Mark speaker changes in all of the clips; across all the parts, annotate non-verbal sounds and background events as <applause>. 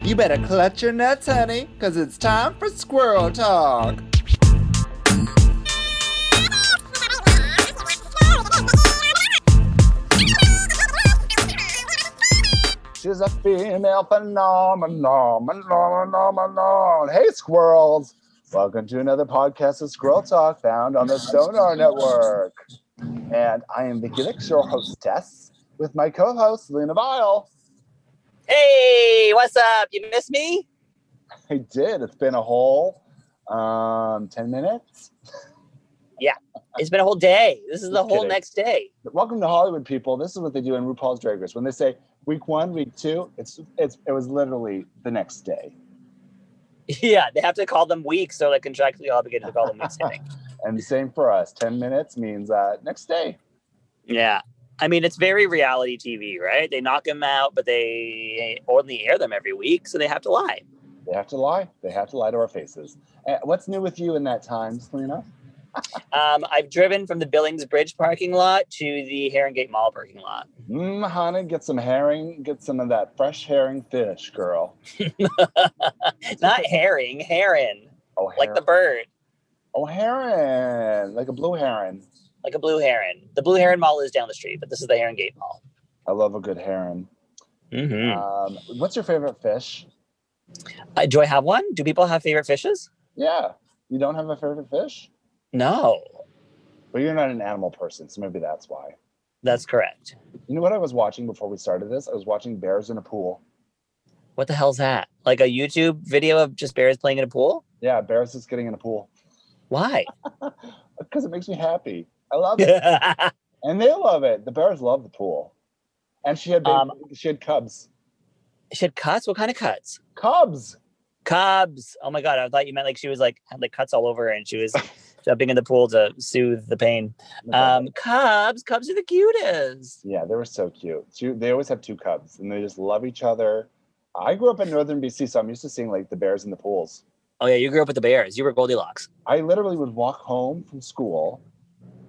Speaker 1: You better clutch your nuts, honey, because it's time for squirrel talk.
Speaker 2: She's a female phenomenon. phenomenon. Hey, squirrels. Welcome to another podcast of Squirrel Talk found on the Sonar Network. And I am Vicky Nix, your hostess, with my co host, Lena Vile.
Speaker 3: Hey, what's up? You miss me?
Speaker 2: I did. It's been a whole um, 10 minutes.
Speaker 3: It's been a whole day. This is the
Speaker 2: Just
Speaker 3: whole
Speaker 2: kidding.
Speaker 3: next day. <laughs>
Speaker 2: Welcome to Hollywood, people. This is what they do in RuPaul's Drag Race. When they say week one, week two, it's, it's it was literally the next day.
Speaker 3: Yeah, they have to call them weeks, so they're contractually obligated to call them weeks. I think.
Speaker 2: And the same for us. 10 minutes means uh, next day.
Speaker 3: <laughs> Yeah, I mean it's very reality TV, right? They knock them out, but they only air them every week, so they have to lie.
Speaker 2: They have to lie. They have to lie to our faces. Uh, what's new with you in that time, Selena?
Speaker 3: Um, I've driven from the Billings Bridge parking lot to the Herringate Mall parking lot.
Speaker 2: Mm, honey, get some herring. Get some of that fresh herring fish, girl.
Speaker 3: Not herring, heron,
Speaker 2: Oh, heron.
Speaker 3: like the bird,
Speaker 2: oh, heron. Like a blue heron.
Speaker 3: like a blue heron. The blue heron mall is down the street, but this is the Herringate Mall.
Speaker 2: I love a good heron.
Speaker 3: Mm-hmm.
Speaker 2: Um, what's your favorite fish?
Speaker 3: Uh, do I have one? Do people have favorite fishes?
Speaker 2: Yeah. You don't have a favorite fish?
Speaker 3: No,
Speaker 2: Well, you're not an animal person, so maybe that's why.
Speaker 3: that's correct.
Speaker 2: You know what I was watching before we started this? I was watching Bears in a Pool.
Speaker 3: What the hell's that? Like a YouTube video of just bears playing in a pool?
Speaker 2: Yeah, bears just getting in a pool
Speaker 3: Why? <laughs>
Speaker 2: because it makes me happy. I love it.
Speaker 3: oh,
Speaker 2: and they love it. The Bears love the pool, and she had baby,
Speaker 3: Um,
Speaker 2: she had cubs,
Speaker 3: she had cuts. What kind of cuts?
Speaker 2: cubs.
Speaker 3: Cubs. Oh my god, I thought you meant like she was like had like cuts all over her and she was jumping in the pool to soothe the pain. Um, cubs. Cubs are the cutest.
Speaker 2: yeah, they were so cute. She, they always have two cubs, and they just love each other. I grew up in northern BC, so I'm used to seeing like the bears in the pools.
Speaker 3: Oh yeah, you grew up with the bears. You were Goldilocks.
Speaker 2: I literally would walk home from school.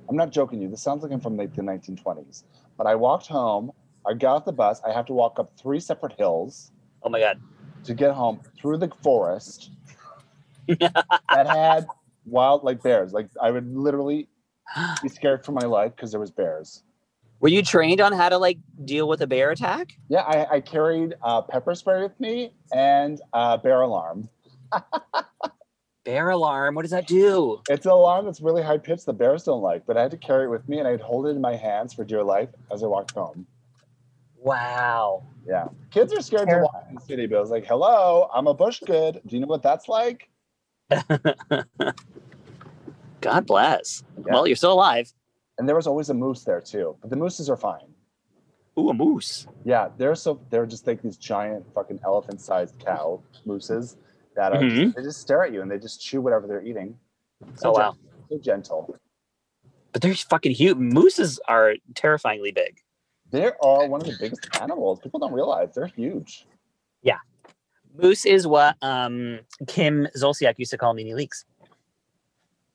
Speaker 2: I'm not joking you. This sounds like I'm from like the 1920s, but I walked home. I got off the bus. I have to walk up three separate hills.
Speaker 3: Oh my god.
Speaker 2: to get home through the forest that had wild like bears. Like I would literally be scared for my life because there was bears.
Speaker 3: Were you trained on how to like deal with a bear attack?
Speaker 2: Yeah, I, I carried uh, pepper spray with me and uh, bear alarm.
Speaker 3: Bear alarm. What does that do?
Speaker 2: It's an alarm that's really high pitched. The bears don't like, but I had to carry it with me and I'd hold it in my hands for dear life as I walked home.
Speaker 3: Wow.
Speaker 2: Yeah, kids are scared to walk in the city, but I was like, "Hello, I'm a bush kid. Do you know what that's like?"
Speaker 3: God bless.
Speaker 2: Yeah.
Speaker 3: Well, you're still alive.
Speaker 2: And there was always a moose there too, but the mooses are fine.
Speaker 3: Ooh, a moose.
Speaker 2: Yeah, they're so they're just like these giant fucking elephant-sized cow mooses that are
Speaker 3: Mhm.
Speaker 2: they just stare at you and they just chew whatever they're eating. Mm-hmm. So
Speaker 3: Oh wow.
Speaker 2: gen- so gentle.
Speaker 3: but they're fucking huge. Mooses are terrifyingly big.
Speaker 2: They are one of the biggest animals. People don't realize they're huge.
Speaker 3: Moose is what um, Kim Zolciak used to call Nene Leaks.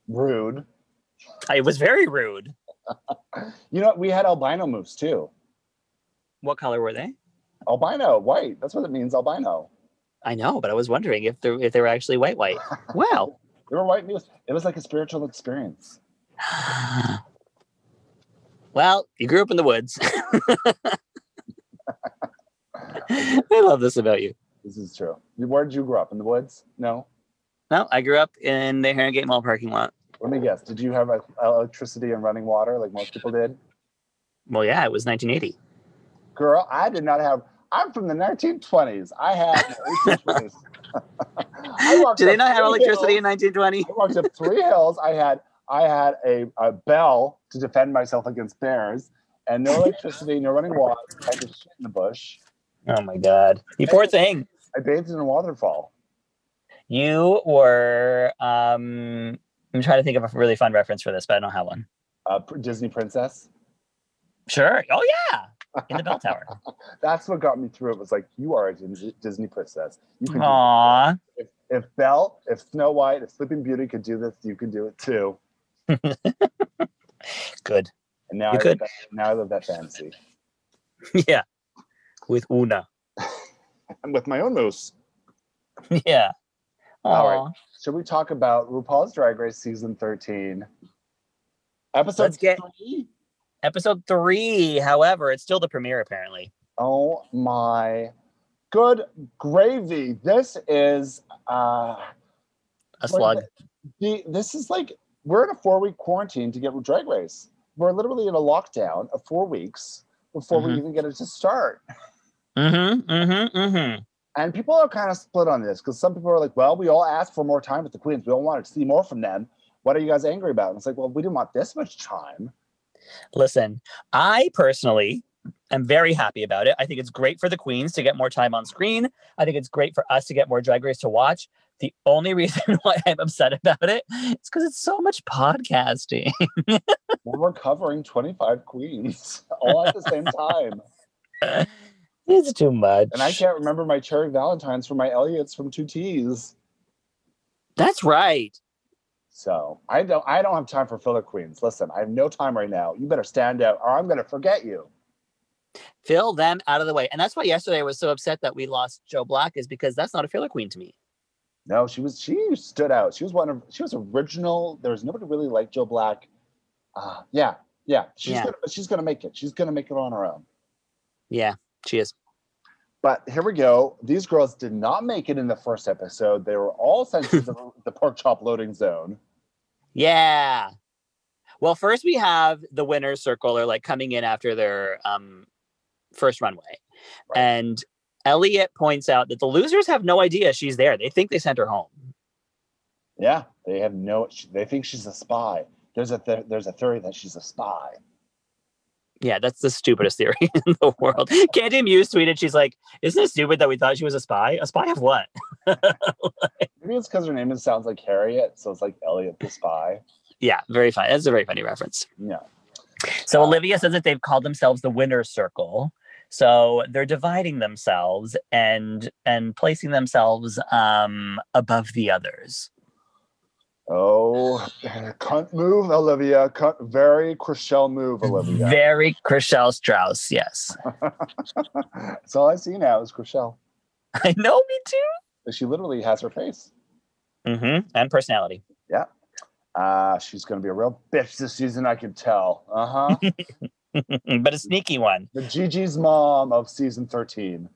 Speaker 2: Rude.
Speaker 3: It was very rude.
Speaker 2: You know, we had albino moose too.
Speaker 3: What color were they?
Speaker 2: Albino, white. That's what it means, albino.
Speaker 3: I know, but I was wondering if they if they were actually white white. Wow.
Speaker 2: They were white moose. It was like a spiritual experience.
Speaker 3: well, you grew up in the woods. <laughs> I love this about you.
Speaker 2: This is true. Where did you grow up? In the woods? No.
Speaker 3: No, I grew up in the Herringate Mall parking lot.
Speaker 2: Let me guess. Did you have uh, electricity and running water like most people did?
Speaker 3: Well, yeah, it was 1980.
Speaker 2: Girl, I did not have. I'm from the 1920s. I had. no
Speaker 3: <laughs>
Speaker 2: electricity. I walked
Speaker 3: Did they
Speaker 2: up
Speaker 3: not have
Speaker 2: three
Speaker 3: electricity in
Speaker 2: hills.
Speaker 3: 1920?
Speaker 2: I walked up three hills. I had. I had a, a bell to defend myself against bears, and no electricity, no running water. I just shit in the bush.
Speaker 3: Oh my God. You poor thing.
Speaker 2: I bathed in a waterfall.
Speaker 3: You were um I'm trying to think of a really fun reference for this, but I don't have one.
Speaker 2: A uh, pr- Disney princess.
Speaker 3: Sure. Oh yeah. In the bell tower.
Speaker 2: That's what got me through. It was like you are a Dis- Disney princess. You can. do this.
Speaker 3: <laughs> Aw.
Speaker 2: If, if Belle, if Snow White, if Sleeping Beauty could do this, you can do it too.
Speaker 3: Good. <laughs>
Speaker 2: And now
Speaker 3: You
Speaker 2: I
Speaker 3: could.
Speaker 2: Live that, now I live that fantasy.
Speaker 3: yeah. With Una.
Speaker 2: And with my own moose.
Speaker 3: <laughs> yeah.
Speaker 2: All right.
Speaker 3: Aw.
Speaker 2: Should we talk about RuPaul's Drag Race season 13? Episode
Speaker 3: Let's get
Speaker 2: three?
Speaker 3: episode three. However, it's still the premiere apparently.
Speaker 2: Oh my good gravy. This is uh What
Speaker 3: A slug.
Speaker 2: the this is like we're in a four week quarantine to get drag race. We're literally in a lockdown of four weeks before we
Speaker 3: Mhm.
Speaker 2: even get it to start.
Speaker 3: Mm-hmm. Mm-hmm. Mm-hmm.
Speaker 2: And people are kind of split on this because some people are like, well, we all asked for more time with the queens. We all wanted to see more from them. What are you guys angry about? And it's like, well, we didn't want this much time.
Speaker 3: Listen, I personally am very happy about it. I think it's great for the queens to get more time on screen. I think it's great for us to get more drag race to watch. The only <laughs> reason why I'm upset about it is because it's so much podcasting. <laughs>
Speaker 2: Well, we're covering 25 queens <laughs> all at the same time.
Speaker 3: it's too much.
Speaker 2: And I can't remember my Cherry Valentines from my Elliots from Two T's.
Speaker 3: That's right.
Speaker 2: So I don't I don't have time for filler queens. Listen, I have no time right now. You better stand out or I'm gonna forget you.
Speaker 3: Fill them out of the way. And that's why yesterday I was so upset that we lost Joe Black, is because that's not a filler queen to me.
Speaker 2: No, she was she stood out. She was one of she was original. There was nobody really like Joe Black. Uh, yeah, yeah. She's
Speaker 3: Yeah.
Speaker 2: gonna she's gonna make it. She's gonna make it on her own.
Speaker 3: Yeah, she is.
Speaker 2: But here we go. These girls did not make it in the first episode. They were all sent to the, the pork chop loading zone.
Speaker 3: Yeah. Well, first we have the winners circle are like coming in after their um first runway.
Speaker 2: Right.
Speaker 3: And Elliot points out that the losers have no idea she's there. They think they sent her home.
Speaker 2: Yeah, they have no. They think she's a spy. There's a th- there's a theory that she's a spy.
Speaker 3: Yeah, that's the stupidest theory <laughs> in the world. Candy Muse tweeted, she's like, Isn't it stupid that we thought she was a spy? A spy of what?
Speaker 2: Maybe it's because her name is- sounds like Harriet, so it's like Elliot the spy.
Speaker 3: Yeah, very funny. That's a very funny reference.
Speaker 2: Yeah.
Speaker 3: So Olivia says that they've called themselves the winner's circle. So they're dividing themselves and and placing themselves um above the others.
Speaker 2: Oh, <laughs> cunt move, Olivia. Cunt, very Chriselle move, Olivia.
Speaker 3: Very Chriselle Strauss, yes. <laughs>
Speaker 2: That's all I see now is Chriselle.
Speaker 3: I know me too.
Speaker 2: She literally has her face.
Speaker 3: Mm-hmm. And personality. <laughs>
Speaker 2: Uh, she's going to be a real bitch this season, I can tell. Uh huh.
Speaker 3: but a sneaky one.
Speaker 2: the Gigi's mom of season 13.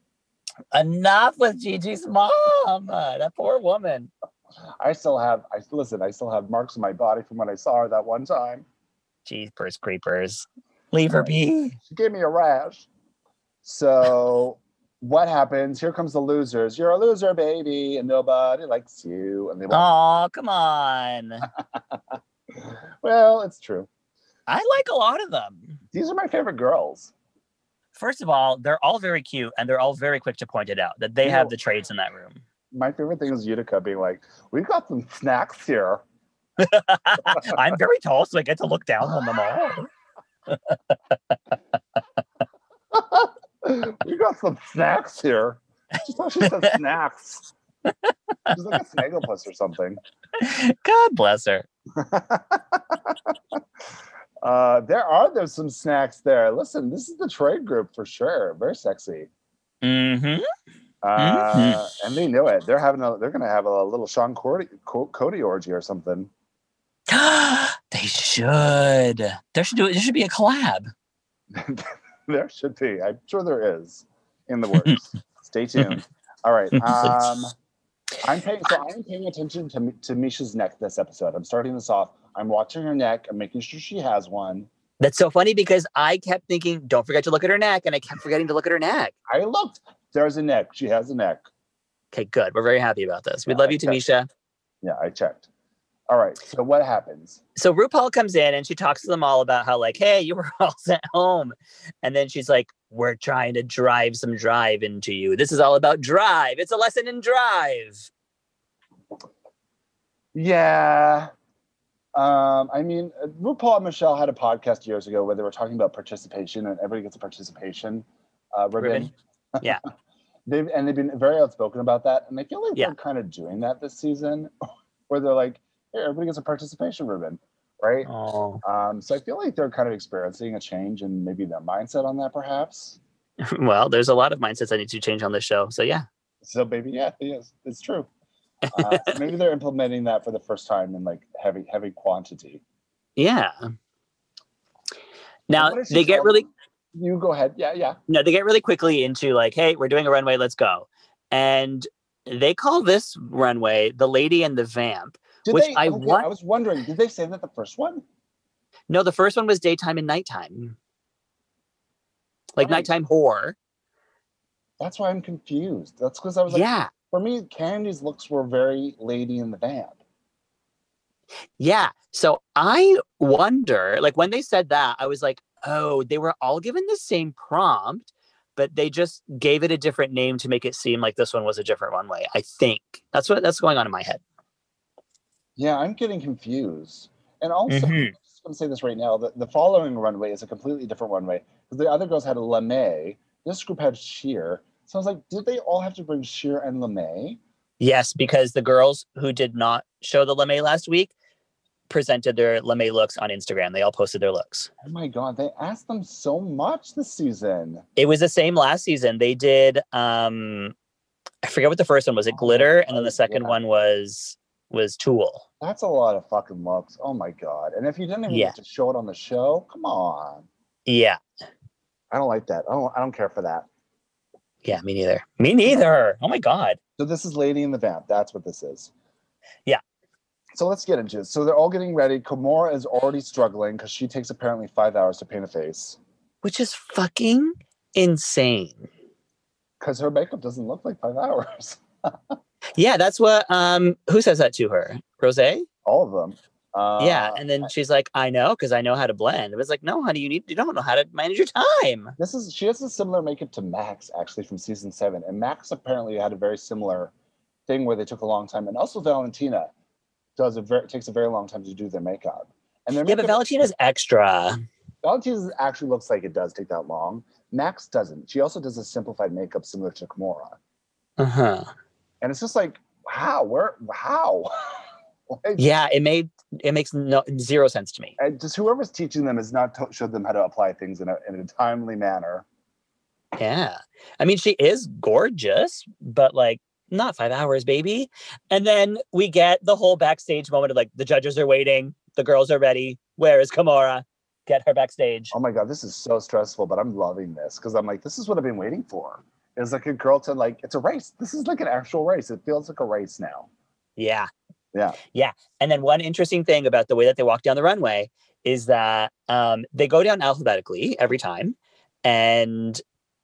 Speaker 3: Enough with Gigi's mom. uh, That poor woman.
Speaker 2: I still have, I listen, I still have marks on my body from when I saw her that one time.
Speaker 3: Jeepers creepers. Leave her be.
Speaker 2: She gave me a rash. So, what happens? Here comes the losers. You're a loser, baby, and nobody likes you. And they won't.
Speaker 3: Oh, come <laughs> on.
Speaker 2: Well, it's true.
Speaker 3: I like a lot of them.
Speaker 2: These are my favorite girls.
Speaker 3: First of all, they're all very cute and they're all very quick to point it out that they
Speaker 2: You
Speaker 3: have
Speaker 2: know-
Speaker 3: the trades in that room. <laughs>
Speaker 2: My favorite thing is Utica being like, "We've got some snacks here."
Speaker 3: I'm very tall, so I get to look down on them <laughs> all.
Speaker 2: <laughs> we got some snacks here. She thought she said snacks. She's like a snagglepuss or something.
Speaker 3: God bless her.
Speaker 2: Uh, there are there's some snacks there. Listen, this is the trade group for sure. Very sexy.
Speaker 3: hmm
Speaker 2: Uh, And they know it. They're having a. They're gonna have a little Sean Cody, Co- Cody orgy or something.
Speaker 3: <gasps>
Speaker 2: <laughs>
Speaker 3: they should. There should do. There should be a collab.
Speaker 2: there should be. I'm sure there is in the works. Stay tuned. All right. Um, I'm paying. So I'm paying attention to to Misha's neck this episode. I'm starting this off. I'm watching her neck. I'm making sure she has one.
Speaker 3: That's so funny because I kept thinking, "Don't forget to look at her neck," and I kept forgetting to look at her neck.
Speaker 2: I looked. There's a neck. She has a neck.
Speaker 3: Okay, good. We're very happy about this. We
Speaker 2: Yeah,
Speaker 3: love you,
Speaker 2: I checked.
Speaker 3: Tamisha.
Speaker 2: Yeah, I checked. All right. So what happens?
Speaker 3: so RuPaul comes in and she talks to them all about how like, hey, you were <laughs> all sent home, and then she's like, we're trying to drive some drive into you. This is all about drive. It's a lesson in drive.
Speaker 2: Yeah. Um, I mean, RuPaul and Michelle had a podcast years ago where they were talking about participation and everybody gets a participation uh, ribbon. <laughs>
Speaker 3: Ribbon. Yeah.
Speaker 2: they've and they've been very outspoken about that, and I feel like
Speaker 3: Yeah.
Speaker 2: they're kind of doing that this season, <laughs> where they're like, "Here, everybody gets a participation ribbon," right?
Speaker 3: <laughs> Oh,
Speaker 2: Um, so I feel like they're kind of experiencing a change in maybe their mindset on that, perhaps.
Speaker 3: well, there's a lot of mindsets I need to change on this show. So yeah,
Speaker 2: So, baby, yeah, he is. It's true. Uh, so maybe they're implementing that for the first time in like heavy, heavy quantity.
Speaker 3: Yeah. Now
Speaker 2: What does she
Speaker 3: they get
Speaker 2: tell
Speaker 3: really
Speaker 2: them? You go ahead. Yeah, yeah.
Speaker 3: no, they get really quickly into like, hey, we're doing a runway, let's go. And they call this runway the lady and the vamp.
Speaker 2: Did
Speaker 3: Which
Speaker 2: they,
Speaker 3: I
Speaker 2: okay,
Speaker 3: want-
Speaker 2: I was wondering, did they say that the first one?
Speaker 3: No, the first one was daytime and nighttime. Like
Speaker 2: Right.
Speaker 3: nighttime horror.
Speaker 2: That's why I'm confused. That's because I was like,
Speaker 3: yeah.
Speaker 2: for me, Candy's looks were very lady in the vamp.
Speaker 3: Yeah. So I wonder, like when they said that, I was like, oh, they were all given the same prompt, but they just gave it a different name to make it seem like this one was a different runway. I think that's what that's going on in my head.
Speaker 2: Yeah, I'm getting confused. And also,
Speaker 3: Mhm.
Speaker 2: I'm just going to say this right now the, the following runway is a completely different runway because the other girls had a lame. This group had sheer. So I was like, did they all have to bring sheer and lame?
Speaker 3: Yes, because the girls who did not show the lame last week presented their lame looks on Instagram. They all posted their looks.
Speaker 2: Oh my God, they asked them so much this season.
Speaker 3: It was the same last season. They did um I forget what the first one was. It
Speaker 2: Oh,
Speaker 3: glitter, and then the
Speaker 2: right,
Speaker 3: second
Speaker 2: yeah.
Speaker 3: one was was Tool.
Speaker 2: That's a lot of fucking looks. Oh my God. And if you didn't even
Speaker 3: Yeah.
Speaker 2: get to show it on the show, come on.
Speaker 3: Yeah.
Speaker 2: I don't like that. Oh, I don't care for that.
Speaker 3: Yeah, me neither. Me neither. Oh my god.
Speaker 2: So this is Lady in the Vamp. That's what this is.
Speaker 3: Yeah.
Speaker 2: So let's get into it. So they're all getting ready. Kimura is already struggling because she takes apparently five hours to paint a face
Speaker 3: Which is fucking insane.
Speaker 2: because her makeup doesn't look like five hours. <laughs>
Speaker 3: Yeah, that's what um who says that to her? Rose?
Speaker 2: All of them. Uh,
Speaker 3: yeah. And then she's like, I know, because I know how to blend. It was like, no, honey, you need you don't know how to manage your time.
Speaker 2: this is she has a similar makeup to Max actually from season seven, and Max apparently had a very similar thing where they took a long time, and also Valentina does a very takes a very long time to do their makeup. And their
Speaker 3: Yeah,
Speaker 2: makeup
Speaker 3: but Valentina's extra.
Speaker 2: Valentina's actually looks like it does take that long. Max doesn't. She also does a simplified makeup similar to Kimura.
Speaker 3: Uh-huh.
Speaker 2: And it's just like, how? Where? How? <laughs> like,
Speaker 3: Yeah, it made it makes no zero sense to me.
Speaker 2: and just whoever's teaching them has not to- showed them how to apply things in a, in a timely manner.
Speaker 3: Yeah. I mean, she is gorgeous, but like not five hours, baby. And then we get the whole backstage moment of like the judges are waiting, the girls are ready. Where is Kamara? Get her backstage.
Speaker 2: Oh my God, this is so stressful, but I'm loving this because I'm like, this is what I've been waiting for. It's like a girl to like, it's a race. This is like an actual race. It feels like a race now.
Speaker 3: Yeah.
Speaker 2: Yeah.
Speaker 3: Yeah. And then one interesting thing about the way that they walk down the runway is that um, they go down alphabetically every time. And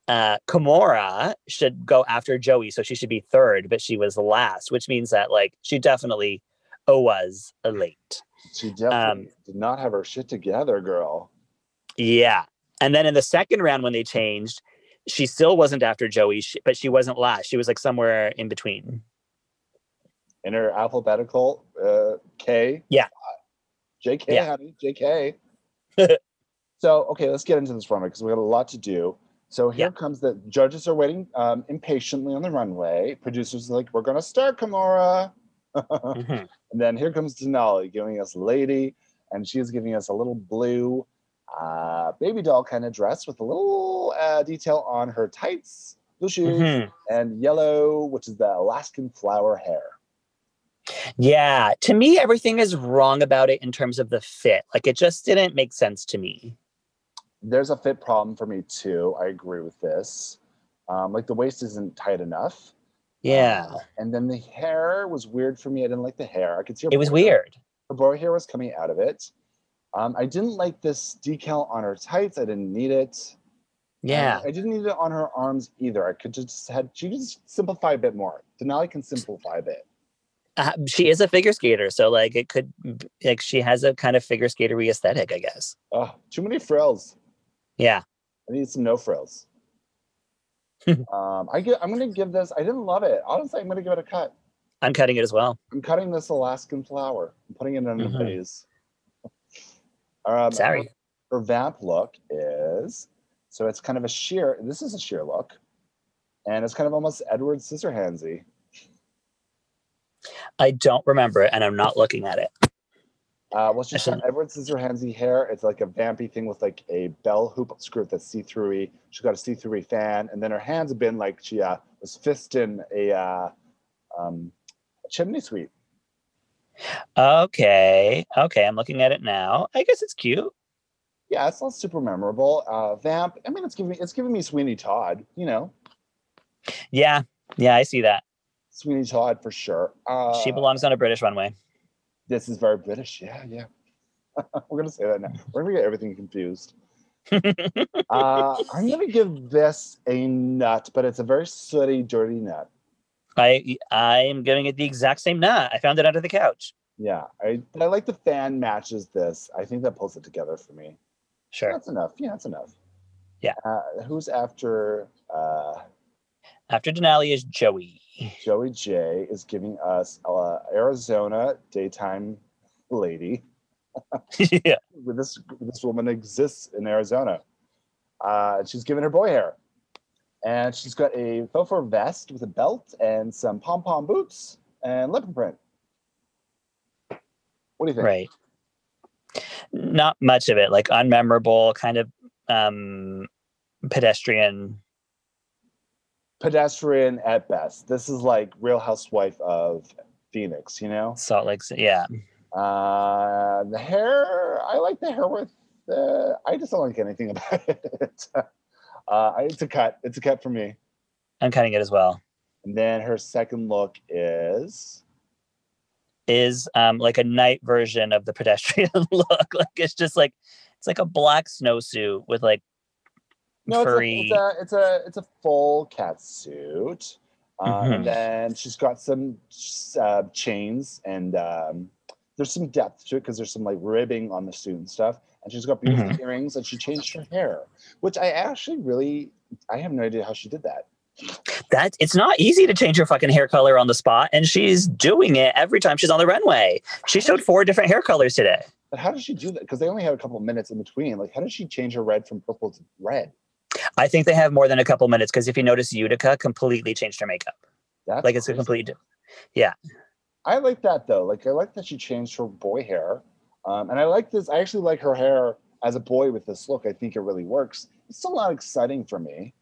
Speaker 3: uh, Kimura should go after Joey. So she should be third, but she was last, which means that like she definitely was late.
Speaker 2: She definitely
Speaker 3: Um,
Speaker 2: did not have her shit together, girl.
Speaker 3: Yeah. And then in the second round, when they changed, she still wasn't after Joey, sh- but she wasn't last. She was like somewhere in between.
Speaker 2: In her alphabetical uh, K.
Speaker 3: Yeah.
Speaker 2: JK,
Speaker 3: Yeah.
Speaker 2: honey, JK.
Speaker 3: <laughs>
Speaker 2: so, okay, let's get into this runway because we got a lot to do. So here comes the judges are waiting um, impatiently on the runway. Producers are like, we're going to start, Kimura.
Speaker 3: Mhm.
Speaker 2: And then here comes Denali giving us Lady, and she's giving us a little blue uh, baby doll kind of dress with a little uh, detail on her tights, blue shoes,
Speaker 3: Mhm.
Speaker 2: and yellow, which is the Alaskan flower hair.
Speaker 3: Yeah. To me, everything is wrong about it in terms of the fit. Like it just didn't make sense to me.
Speaker 2: There's a fit problem for me too. I agree with this. Um, like the waist isn't tight enough.
Speaker 3: Yeah.
Speaker 2: Uh, and then the hair was weird for me. I didn't like the hair. I could see her
Speaker 3: It was
Speaker 2: boy hair-
Speaker 3: weird.
Speaker 2: Her boy hair was coming out of it. Um, I didn't like this decal on her tights. I didn't need it.
Speaker 3: Yeah.
Speaker 2: And I didn't need it on her arms either. I could just had she could just simplify a bit more. Denali can simplify a bit.
Speaker 3: Uh, she is a figure skater. So like it could, like she has a kind of figure skatery aesthetic, I guess.
Speaker 2: Oh, too many frills.
Speaker 3: Yeah.
Speaker 2: I need some no frills.
Speaker 3: <laughs>
Speaker 2: um, I get, I'm gonna give this. I didn't love it. Honestly, I'm gonna give it a cut.
Speaker 3: I'm cutting it as well.
Speaker 2: I'm cutting this Alaskan flower. I'm putting it under
Speaker 3: Mhm.
Speaker 2: vase. Um,
Speaker 3: Sorry.
Speaker 2: Her vamp look is so it's kind of a sheer. This is a sheer look, and it's kind of almost Edward Scissorhandsy.
Speaker 3: I don't remember it and I'm not looking at it.
Speaker 2: Uh, well, she's got Edward Scissorhandsy hair. It's like a vampy thing with like a bell hoop skirt that's see throughy. She's got a see throughy fan, and then her hands have been like she uh, was fisting a, uh, um, a chimney sweep.
Speaker 3: Okay. Okay. I'm looking at it now. I guess it's cute.
Speaker 2: Yeah, it's not super memorable. Uh, vamp. I mean, it's giving it's giving me Sweeney Todd. You know,
Speaker 3: Yeah. Yeah. I see that.
Speaker 2: Sweeney Todd for sure. Uh,
Speaker 3: she belongs on a British runway.
Speaker 2: This is very British. Yeah, yeah. <laughs> We're gonna say that now. We're gonna get everything
Speaker 3: <laughs>
Speaker 2: confused. uh, I'm gonna give this a nut, but it's a very sooty, dirty nut.
Speaker 3: I I am giving it the exact same knot. I found it under the couch.
Speaker 2: Yeah, I but I like the fan matches this. I think that pulls it together for me.
Speaker 3: Sure.
Speaker 2: That's enough. Yeah, that's enough.
Speaker 3: Yeah.
Speaker 2: Uh, who's after uh,
Speaker 3: After Denali is Joey. <laughs>
Speaker 2: Joey J is giving us uh, Arizona daytime lady.
Speaker 3: yeah.
Speaker 2: This this woman exists in Arizona. Uh, she's giving her boy hair, and she's got a faux fur vest with a belt and some pom pom boots and leopard print. What do you think?
Speaker 3: Right. Not much of it. Like unmemorable, kind of um pedestrian.
Speaker 2: pedestrian at best. This is like Real Housewife of Phoenix, you know.
Speaker 3: Salt Lake. Ci- Yeah.
Speaker 2: Uh, the hair, I like the hair with. Uh, I just don't like anything <laughs> about it. uh, I- it's a cut. It's a cut for me.
Speaker 3: I'm cutting it as well.
Speaker 2: And then her second look is
Speaker 3: Is um like a night version of the pedestrian <laughs> look. Like it's just like it's like a black snowsuit with like
Speaker 2: no, it's a,
Speaker 3: furry.
Speaker 2: it's a it's a it's a full cat suit. Um,
Speaker 3: Mhm.
Speaker 2: And then she's got some uh, chains and um, there's some depth to it because there's some like ribbing on the suit and stuff. And she's got beautiful
Speaker 3: Mm-hmm.
Speaker 2: earrings and she changed her hair, which I actually really I have no idea how she did that.
Speaker 3: that it's not easy to change her fucking hair color on the spot, and she's doing it every time she's on the runway. She showed four different hair colors today.
Speaker 2: But how does she do that? Because they only have a couple minutes in between. Like, how does she change her red from purple to red?
Speaker 3: I think they have more than a couple minutes because if you notice, Utica completely changed her makeup.
Speaker 2: That's
Speaker 3: Like it's a
Speaker 2: crazy.
Speaker 3: complete. di-
Speaker 2: I like that though. Like I like that she changed her boy hair, um, and I like this. I actually like her hair as a boy with this look. I think it really works. It's still not exciting for me.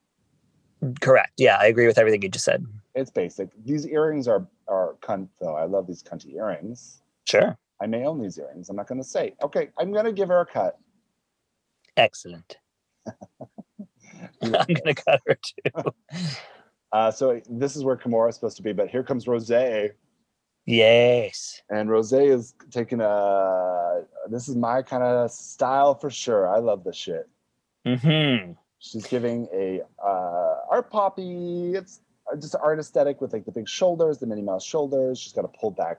Speaker 3: Correct. Yeah, I agree with everything you just said.
Speaker 2: It's basic. These earrings are are cunt though. I love these cunty earrings.
Speaker 3: Sure.
Speaker 2: I may own these earrings. I'm not going to say. Okay, I'm going to give her a cut.
Speaker 3: Excellent. <laughs> I'm gonna cut her too.
Speaker 2: Uh, so this is where Kimura is supposed to be, but here comes Rosé,
Speaker 3: Yes.
Speaker 2: and Rosé is taking a. This is my kind of style for sure. I love this shit.
Speaker 3: Hmm.
Speaker 2: She's giving a uh, art poppy. It's uh, just an art aesthetic with like the big shoulders, the Minnie Mouse shoulders. She's got a pulled back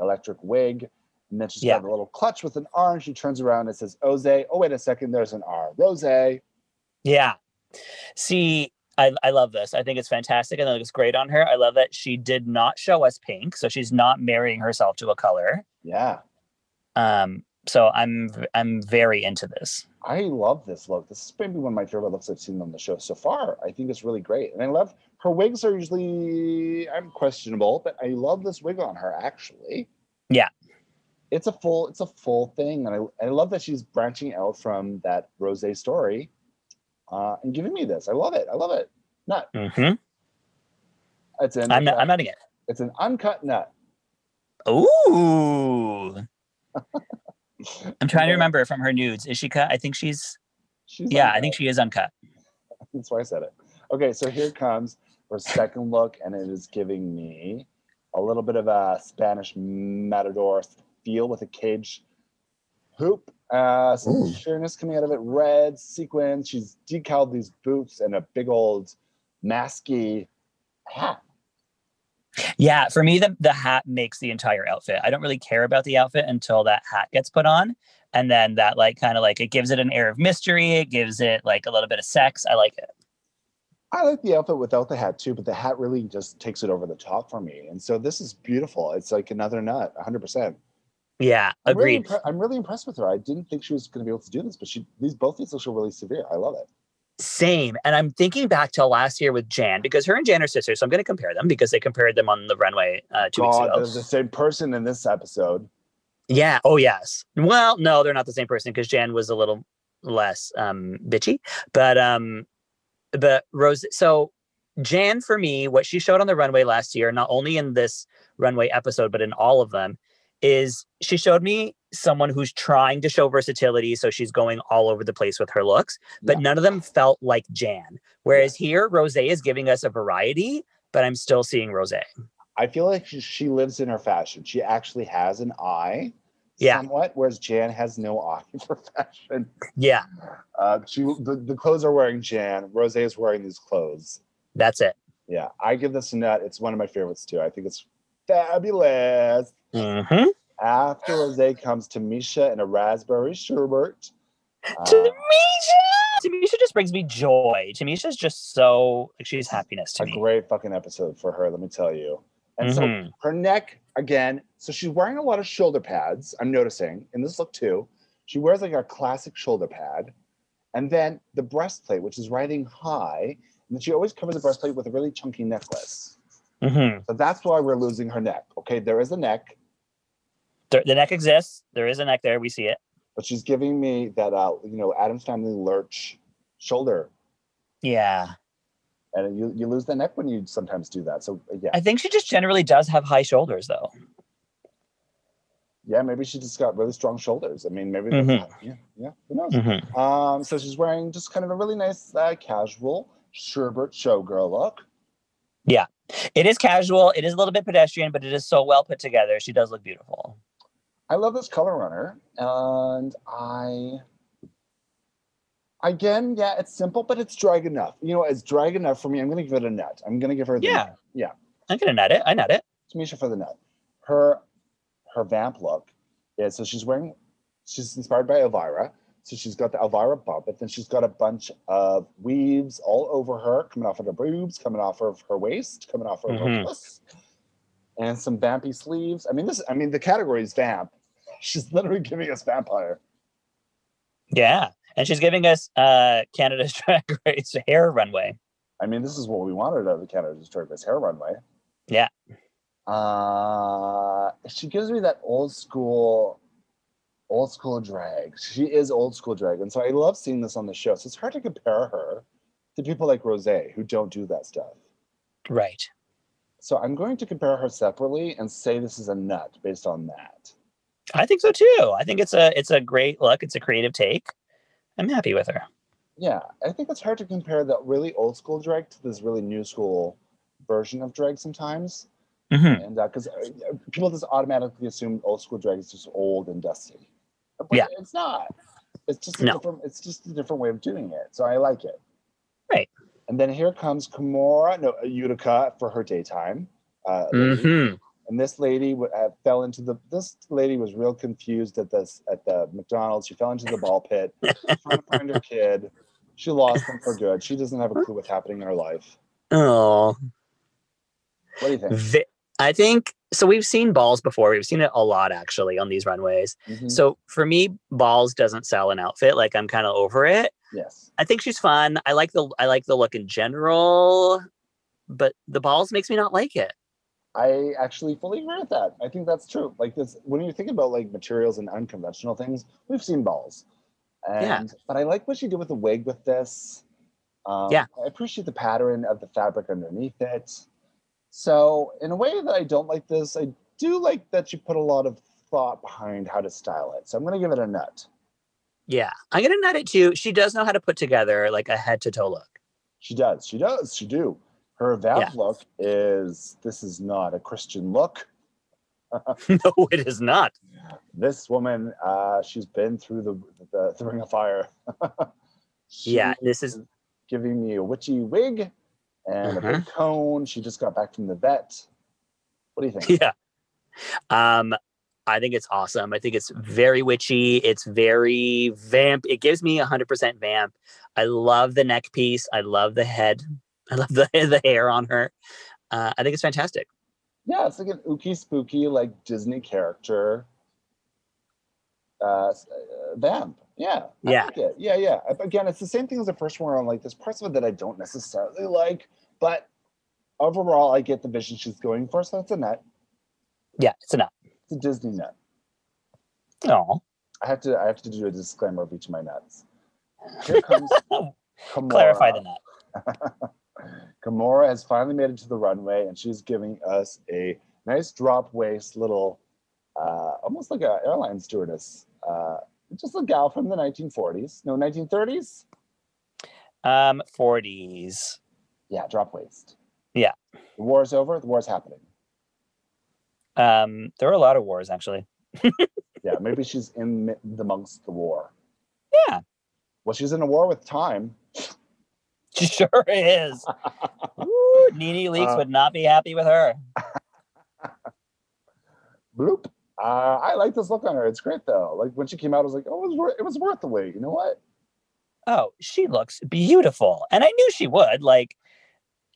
Speaker 2: electric wig, and then she's
Speaker 3: Yeah.
Speaker 2: got a little clutch with an R. And she turns around and says, "Oze." Oh wait a second, there's an R. Rose. It's
Speaker 3: Yeah. See, I, I love this. I think it's fantastic. I think it's great on her. I love that she did not show us pink, so she's not marrying herself to a color.
Speaker 2: Yeah,
Speaker 3: Um. So I'm I'm very into this.
Speaker 2: I love this look. This is maybe one of my favorite looks I've seen on the show so far. I think it's really great, and I love her wigs are usually I'm questionable, but I love this wig on her actually.
Speaker 3: Yeah.
Speaker 2: It's a full it's a full thing, and I I love that she's branching out from that rose story, uh, and giving me this. I love it. I love it. Nut.
Speaker 3: hmm
Speaker 2: It's an
Speaker 3: I'm not, I'm nutting it.
Speaker 2: it's an uncut nut.
Speaker 3: Ooh. I'm trying to remember from her nudes. Is she cut? I think she's.
Speaker 2: She's
Speaker 3: Yeah, I
Speaker 2: uncut.
Speaker 3: think she is uncut.
Speaker 2: That's why I said it. Okay, so here comes her second look, and it is giving me a little bit of a Spanish matador feel with a cage hoop. Uh, some
Speaker 3: Ooh.
Speaker 2: sheerness coming out of it, red sequins. She's decaled these boots and a big old masky hat.
Speaker 3: Yeah, for me, the, the hat makes the entire outfit. I don't really care about the outfit until that hat gets put on. And then that, like, kind of like it gives it an air of mystery. It gives it, like, a little bit of sex. I like it.
Speaker 2: I like the outfit without the hat too, but the hat really just takes it over the top for me. And so this is beautiful. It's like another nut, 100%.
Speaker 3: Yeah,
Speaker 2: I'm really
Speaker 3: agreed.
Speaker 2: impre- I'm really impressed with her. I didn't think she was going to be able to do this, but she these both these looks are really severe. I love it.
Speaker 3: Same. And I'm thinking back to last year with Jan because her and Jan are sisters. So I'm going to compare them because they compared them on the runway uh, two weeks
Speaker 2: God,
Speaker 3: ago.
Speaker 2: they're the same person in this episode.
Speaker 3: Yeah. Oh, yes. Well, no, they're not the same person because Jan was a little less um, bitchy, but um, but Rose. So Jan, for me, what she showed on the runway last year, not only in this runway episode but in all of them, is she showed me someone who's trying to show versatility, so she's going all over the place with her looks, but
Speaker 2: Yeah.
Speaker 3: none of them felt like Jan. Whereas here, Rose is giving us a variety, but I'm still seeing Rose.
Speaker 2: I feel like she, she lives in her fashion. She actually has an eye,
Speaker 3: Yeah.
Speaker 2: somewhat, whereas Jan has no <laughs> eye for fashion.
Speaker 3: Yeah,
Speaker 2: Uh, she the, the clothes are wearing Jan. Rose is wearing these clothes.
Speaker 3: that's it.
Speaker 2: Yeah, I give this a nut. It's one of my favorites too. I think it's fabulous.
Speaker 3: Mm-hmm.
Speaker 2: After Rose comes Tamisha in a raspberry sherbet. Uh,
Speaker 3: Tamisha! Tamisha just brings me joy. Tamisha's just so like she's happiness to
Speaker 2: a
Speaker 3: me.
Speaker 2: great fucking episode for her, let me tell you. And so
Speaker 3: Mhm.
Speaker 2: her neck again. So she's wearing a lot of shoulder pads. I'm noticing in this look too. She wears like a classic shoulder pad, and then the breastplate, which is riding high. And then she always covers the breastplate with a really chunky necklace.
Speaker 3: Mhm.
Speaker 2: So that's why we're losing her neck. Okay, there is a neck,
Speaker 3: The, the neck exists. There is a neck there. We see it.
Speaker 2: but she's giving me that uh, you know, Adam's family lurch shoulder.
Speaker 3: Yeah.
Speaker 2: And you, you lose the neck when you sometimes do that. So uh, yeah.
Speaker 3: I think she just generally does have high shoulders though.
Speaker 2: Yeah, maybe she just got really strong shoulders. I mean, maybe that's
Speaker 3: Mhm.
Speaker 2: yeah, yeah, who knows?
Speaker 3: Mhm.
Speaker 2: Um, so she's wearing just kind of a really nice uh, casual sherbet showgirl look.
Speaker 3: It is casual. It is a little bit pedestrian, but it is so well put together. She does look beautiful.
Speaker 2: I love this color runner, and I again, yeah, it's simple, but it's drag enough. You know, it's drag enough for me. I'm gonna give it a nut. I'm gonna give her the
Speaker 3: Yeah.
Speaker 2: nut. yeah,
Speaker 3: I'm gonna nut it. I nut it.
Speaker 2: Tamisha for the nut. Her her vamp look is so she's wearing she's inspired by Elvira. So she's got the Elvira bump, but then she's got a bunch of weaves all over her, coming off of her boobs, coming off of her waist, coming off of her
Speaker 3: Mhm.
Speaker 2: puss, and some vampy sleeves. I mean, this I mean the category is vamp. <laughs> She's literally giving us vampire.
Speaker 3: Yeah. And she's giving us uh Canada's <laughs> Drag Race hair runway.
Speaker 2: I mean, this is what we wanted out of the Canada's Drag Race hair runway.
Speaker 3: Yeah.
Speaker 2: Uh, she gives me that old school, old school drag. She is old school drag, and so I love seeing this on the show. So it's hard to compare her to people like Rose who don't do that stuff.
Speaker 3: Right.
Speaker 2: So I'm going to compare her separately and say this is a nut based on that.
Speaker 3: I think so too. I think it's a it's a great look. It's a creative take. I'm happy with her.
Speaker 2: Yeah, I think it's hard to compare that really old school drag to this really new school version of drag sometimes. <laughs>
Speaker 3: Mhm.
Speaker 2: and because uh, people just automatically assume old school drag is just old and dusty. But
Speaker 3: Yeah.
Speaker 2: it's not. It's just a
Speaker 3: No.
Speaker 2: different. It's just a different way of doing it. So I like it.
Speaker 3: Right.
Speaker 2: And then here comes Kimora, no uh, Utica for her daytime. Uh, lady.
Speaker 3: Mhm.
Speaker 2: And this lady w- uh, fell into the. This lady was real confused at this at the McDonald's. She fell into the ball pit.
Speaker 3: <laughs>
Speaker 2: She's trying to find her kid. She lost them for good. She doesn't have a clue what's happening in her life.
Speaker 3: Oh,
Speaker 2: What do you think?
Speaker 3: Vi- I think so. We've seen balls before. We've seen it a lot actually on these runways.
Speaker 2: Mhm.
Speaker 3: So for me, balls doesn't sell an outfit. Like I'm kind of over it.
Speaker 2: Yes.
Speaker 3: I think she's fun. I like the I like the look in general, but the balls makes me not like it.
Speaker 2: I actually fully agree with that. I think that's true. Like this, when you think about like materials and unconventional things, we've seen balls. And,
Speaker 3: Yeah.
Speaker 2: But I like what she did with the wig with this. Um,
Speaker 3: Yeah.
Speaker 2: I appreciate the pattern of the fabric underneath it. So in a way that I don't like this, I do like that she put a lot of thought behind how to style it. So I'm gonna give it a nut.
Speaker 3: Yeah, I'm gonna nut it too. She does know how to put together like a head to toe look. <laughs>
Speaker 2: She does. She does. She do. Her vamp
Speaker 3: Yeah.
Speaker 2: look is this is not a Christian look.
Speaker 3: no, it is not.
Speaker 2: this woman uh she's been through the the, the ring of fire <laughs> She
Speaker 3: Yeah, this is
Speaker 2: giving me a witchy wig and a big
Speaker 3: Mhm.
Speaker 2: cone she just got back from the vet what do you think
Speaker 3: <laughs> yeah um i think it's awesome i think it's very witchy it's very vamp it gives me 100% vamp i love the neck piece i love the head i love the, <laughs> the hair on her uh, i think it's fantastic
Speaker 2: yeah it's like an ooky spooky like disney character uh s- uh, vamp yeah I
Speaker 3: Yeah.
Speaker 2: like it. yeah yeah again it's the same thing as the first one where i'm like there's parts of it that i don't necessarily like but overall i get the vision she's going for so that's a nut
Speaker 3: yeah it's enough
Speaker 2: it's a disney nut
Speaker 3: Oh,
Speaker 2: I have to I have to do a disclaimer of each of my nuts.
Speaker 3: <laughs>
Speaker 2: Here comes Kamora.
Speaker 3: <laughs> clarify the nut.
Speaker 2: Gamora has finally made it to the runway, and she's giving us a nice drop waist little, uh, almost like an airline stewardess. Uh, just a gal from the 1940s, no 1930s.
Speaker 3: Um, 40s.
Speaker 2: Yeah, drop waist.
Speaker 3: Yeah.
Speaker 2: The war's over. The war's happening.
Speaker 3: Um, there were a lot of wars actually. <laughs>
Speaker 2: Yeah, maybe she's in mi- amongst the war.
Speaker 3: Yeah.
Speaker 2: Well, she's in a war with time.
Speaker 3: Sure is. Ooh, Nene Leaks
Speaker 2: Uh,
Speaker 3: would not be happy with her.
Speaker 2: Bloop. Uh, I like this look on her. It's great though. Like when she came out, I was like, oh, it was worth, it was worth the wait. You know what?
Speaker 3: Oh, she looks beautiful, and I knew she would. Like,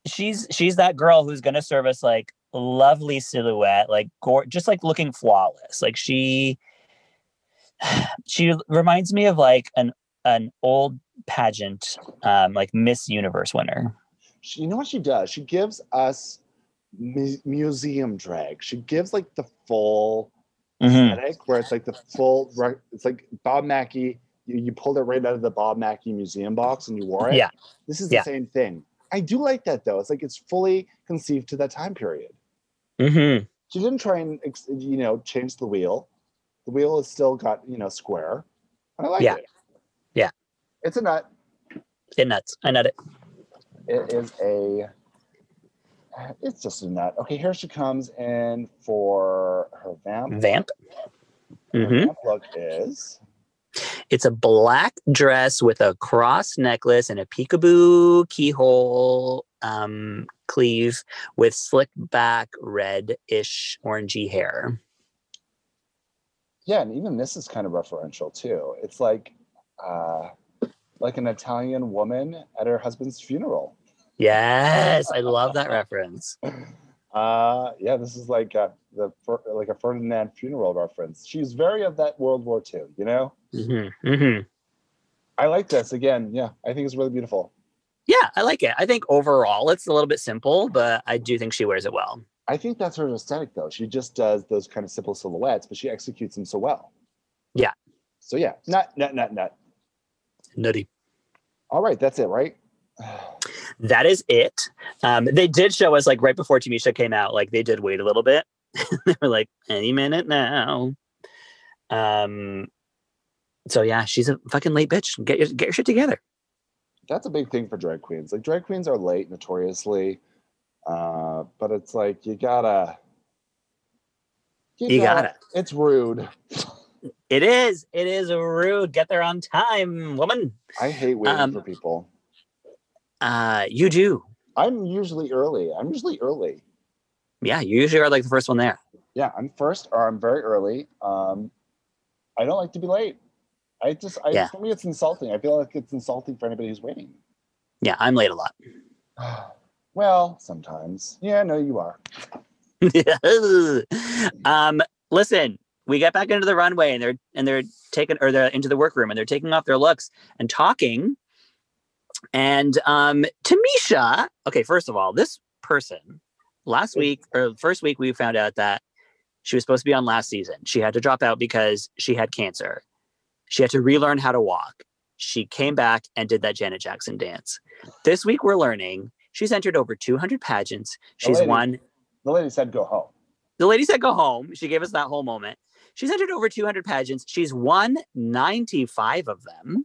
Speaker 3: she's she's that girl who's gonna service like lovely silhouette, like gore, just like looking flawless. Like she, <sighs> she reminds me of like an an old pageant, um, like Miss Universe winner.
Speaker 2: she, you know what she does? She gives us mu- museum drag. She gives like the full
Speaker 3: Mhm.
Speaker 2: aesthetic, where it's like the full. re- It's like Bob Mackie. You, you pulled it right out of the Bob Mackie museum box and you wore it.
Speaker 3: Yeah.
Speaker 2: this is
Speaker 3: Yeah.
Speaker 2: the same thing. I do like that though. It's like it's fully conceived to that time period.
Speaker 3: Mm-hmm.
Speaker 2: She didn't try and ex- you know change the wheel. The wheel is still got you know square. And I like
Speaker 3: Yeah.
Speaker 2: it.
Speaker 3: Yeah.
Speaker 2: it's a nut.
Speaker 3: It nuts. I nut it.
Speaker 2: It is a. It's just a nut. Okay, here she comes in for her vamp.
Speaker 3: Vamp.
Speaker 2: Her
Speaker 3: Mm-hmm.
Speaker 2: vamp look is
Speaker 3: It's a black dress with a cross necklace and a peekaboo keyhole um, cleave with slick back red ish orangey hair.
Speaker 2: yeah, and even this is kind of referential too. It's like, uh, like an Italian woman at her husband's funeral.
Speaker 3: Yes, I love that reference.
Speaker 2: Uh, yeah, this is like a, the Fer- like a Ferdinand funeral reference. She's very of that World War II. You know,
Speaker 3: hmm hmm
Speaker 2: I like this again. Yeah, I think it's really beautiful.
Speaker 3: Yeah, I like it. I think overall it's a little bit simple, but I do think she wears it well.
Speaker 2: I think that's her aesthetic though. She just does those kind of simple silhouettes, but she executes them so well.
Speaker 3: Yeah.
Speaker 2: So yeah, nut, nut, nut, nut.
Speaker 3: Nutty.
Speaker 2: All right, that's it, right? <sighs>
Speaker 3: That is it. Um, they did show us, like, right before Tamisha came out, like, they did wait a little bit. <laughs> they were like, any minute now. Um, so yeah, she's a fucking late bitch. Get your get your shit together.
Speaker 2: That's a big thing for drag queens. Like drag queens are late notoriously, uh, but it's like you gotta.
Speaker 3: You gotta.
Speaker 2: It's rude.
Speaker 3: It is. It is rude. Get there on time, woman.
Speaker 2: I hate waiting
Speaker 3: Um,
Speaker 2: for people.
Speaker 3: Uh, you do.
Speaker 2: I'm usually early. I'm usually early.
Speaker 3: Yeah, you usually are like the first one there.
Speaker 2: Yeah, I'm first or I'm very early. Um, I don't like to be late. I just, I,
Speaker 3: Yeah.
Speaker 2: for me, it's insulting. I feel like it's insulting for anybody who's waiting. <sighs>
Speaker 3: Yeah, I'm late a lot.
Speaker 2: well, sometimes. Yeah, no, you are.
Speaker 3: <laughs> um, listen, we get back into the runway and they're and they're taking or they're into the workroom and they're taking off their looks and talking. And um Tamisha, okay, first of all, this person last week or first week we found out that she was supposed to be on last season. She had to drop out because she had cancer. She had to relearn how to walk. She came back and did that Janet Jackson dance. This week we're learning she's entered over 200 pageants. She's
Speaker 2: lady.
Speaker 3: won
Speaker 2: The lady said go home.
Speaker 3: the lady said go home. She gave us that whole moment. She's entered over 200 pageants. She's won 95 of
Speaker 2: <laughs>
Speaker 3: them.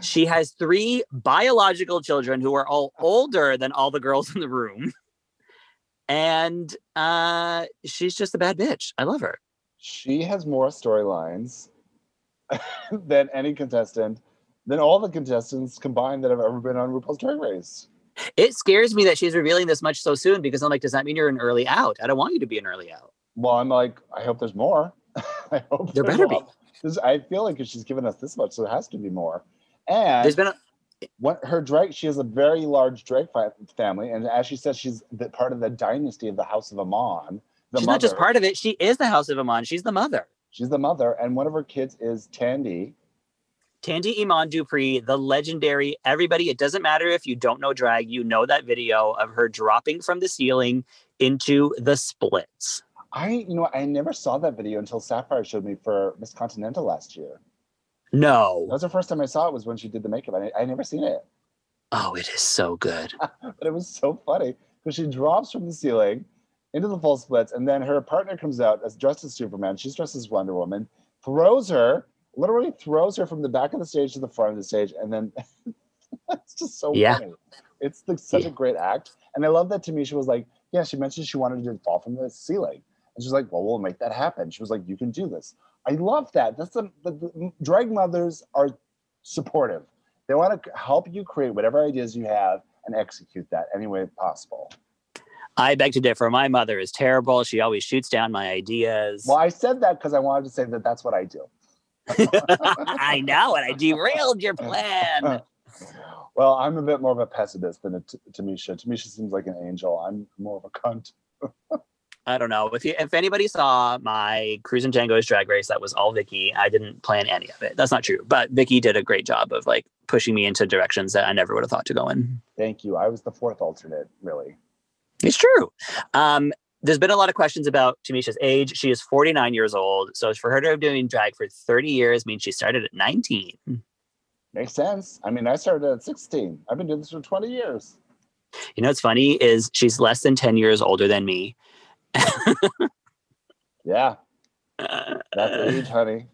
Speaker 3: She has three biological children who are all older than all the girls in the room. And uh, she's just a bad bitch. I love her.
Speaker 2: She has more storylines <laughs> than any contestant, than all the contestants combined that have ever been on RuPaul's Drag Race.
Speaker 3: It scares me that she's revealing this much so soon because I'm like, does that mean you're an early out? I don't want you to be an early out.
Speaker 2: Well, I'm like, I hope there's more. <laughs> I hope
Speaker 3: There
Speaker 2: there's
Speaker 3: better be.
Speaker 2: more. This- I feel like if she's given us this much, so there has to be more. And
Speaker 3: There's been a,
Speaker 2: what her drag, she has a very large drag fi- family, and as she says, she's the, part of the dynasty of the House of Amon. The
Speaker 3: she's not just
Speaker 2: mother.
Speaker 3: part of it. She is the House of Amon. She's the mother.
Speaker 2: She's the mother, and one of her kids is Tandy.
Speaker 3: Tandy Iman Dupree, the legendary everybody. It doesn't matter if you don't know drag, you know that video of her dropping from the ceiling into the splits.
Speaker 2: I, you know, I never saw that video until Sapphire showed me for Miss Continental last year. That
Speaker 3: No.
Speaker 2: was the first time I saw it was when she did the makeup. I, I never seen it,
Speaker 3: Oh, it is so good.
Speaker 2: <laughs> but it was so funny because she drops from the ceiling into the full splits, and then her partner comes out as dressed as Superman. She's dressed as Wonder Woman, throws her, literally throws her from the back of the stage to the front of the stage, and then <laughs> it's just so
Speaker 3: Yeah.
Speaker 2: funny. It's the, such a great act, and I love that Tamisha was like, "Yeah," she mentioned she wanted to fall from the ceiling, and she's like, "Well, we'll make that happen." She was like, "You can do this." I love that. That's the, the, the drag mothers are supportive. They want to help you create whatever ideas you have and execute that any way possible.
Speaker 3: I beg to differ. My mother is terrible. She always shoots down my ideas.
Speaker 2: Well, I said that because I wanted to say that that's what I do.
Speaker 3: <laughs> I know, and I derailed your plan.
Speaker 2: Well, I'm a bit more of a pessimist than a T- Tamisha. Tamisha seems like an angel. I'm more of a cunt.
Speaker 3: I don't know. If you, if anybody saw my Cruise and Django's drag race, that was all Vicky. I didn't plan any of it. That's not true. But Vicky did a great job of like pushing me into directions that I never would have thought to go in.
Speaker 2: Thank you. I was the fourth alternate, really.
Speaker 3: It's true. Um, there's been a lot of questions about Tamisha's age. She is 49 years old. So for her to have been doing drag for 30 years means she started at 19.
Speaker 2: Makes sense. I mean, I started at 16. I've been doing this for 20 years.
Speaker 3: You know what's funny is she's less than 10 years older than me.
Speaker 2: Yeah,
Speaker 3: Uh,
Speaker 2: that's age, honey.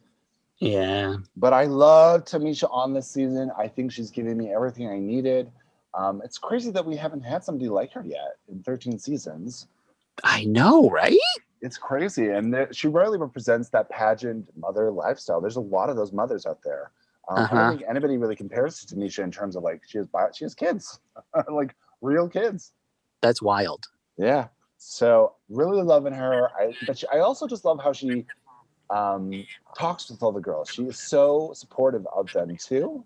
Speaker 3: yeah.
Speaker 2: But I love Tamisha on this season. I think she's giving me everything I needed. Um, it's crazy that we haven't had somebody like her yet in 13 seasons.
Speaker 3: I know, right?
Speaker 2: It's crazy. And there, she rarely represents that pageant mother lifestyle. There's a lot of those mothers out there. Um, I
Speaker 3: Uh-huh.
Speaker 2: don't think anybody really compares to Tamisha in terms of like she has bi- she has kids, <laughs> like real kids.
Speaker 3: That's wild.
Speaker 2: Yeah. So really loving her. I but she, I also just love how she um, talks with all the girls. She is so supportive of them too.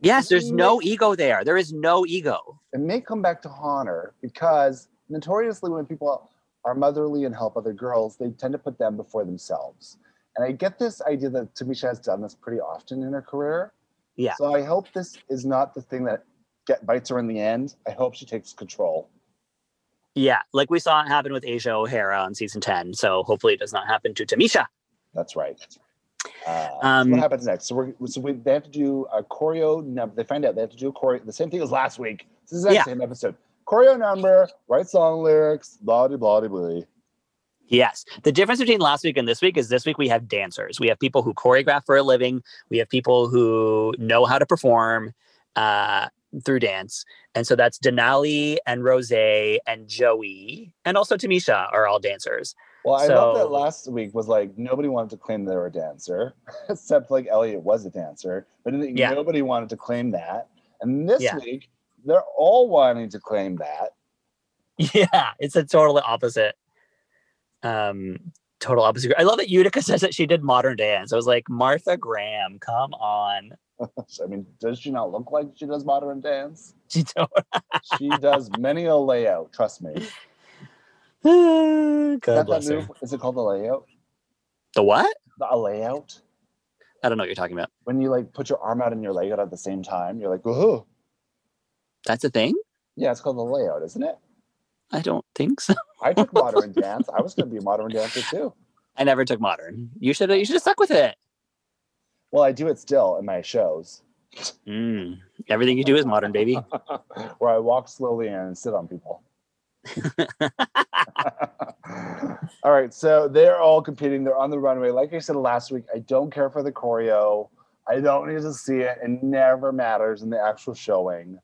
Speaker 3: Yes, there's no ego there. There is no ego.
Speaker 2: it may come back to haunt her because notoriously when people are motherly and help other girls, they tend to put them before themselves. And I get this idea that Tamisha has done this pretty often in her career.
Speaker 3: Yeah.
Speaker 2: So I hope this is not the thing that get bites her in the end. I hope she takes control.
Speaker 3: Yeah, like we saw it happen with Asia O'Hara on season 10. So hopefully it does not happen to Tamisha.
Speaker 2: That's right. Uh, so
Speaker 3: Um,
Speaker 2: what happens next? So, we're, so we, they have to do a choreo number. They find out they have to do a choreo. The same thing as last week. This is the
Speaker 3: Yeah.
Speaker 2: same episode. Choreo number, write song lyrics, blah, blah, blah, blah.
Speaker 3: Yes. The difference between last week and this week is this week we have dancers. We have people who choreograph for a living. We have people who know how to perform uh, through dance. And so that's Denali and Rose and Joey and also Tamisha are all dancers. <laughs>
Speaker 2: Well, I love
Speaker 3: So-
Speaker 2: that last week was like nobody wanted to claim they were a dancer, <laughs> except like Elliot was a dancer, but then
Speaker 3: Yeah.
Speaker 2: nobody wanted to claim that. And this
Speaker 3: Yeah.
Speaker 2: week, they're all wanting to claim that. <laughs>
Speaker 3: Yeah, it's a total opposite. Um, total opposite. gr- I love that Utica <laughs> says that she did modern dance. I was like, Martha Graham, come on. <laughs>
Speaker 2: I mean, does she not look like she does modern dance?
Speaker 3: She do <laughs>
Speaker 2: She does many a layout, trust me. Is
Speaker 3: <sighs> God
Speaker 2: that that
Speaker 3: bless her.
Speaker 2: move? Is it called a layout?
Speaker 3: The what?
Speaker 2: The, a layout?
Speaker 3: I don't know what you're talking about.
Speaker 2: When you like put your arm out and your leg out at the same time, you're like, woohoo.
Speaker 3: That's a thing?
Speaker 2: Yeah, it's called a layout, isn't it?
Speaker 3: I don't think so.
Speaker 2: I took
Speaker 3: <laughs>
Speaker 2: modern dance. I was going to be a modern dancer too.
Speaker 3: I never took modern. You should you should have stuck with it.
Speaker 2: Well, I do it still in my shows.
Speaker 3: Mm, Everything you do is modern, baby.
Speaker 2: <laughs> where I walk slowly and sit on
Speaker 3: <laughs>
Speaker 2: people. <laughs> all right, so they're all competing. They're on the runway. Like I said last week, I don't care for the choreo. I don't need to see it. It never matters in the actual showing.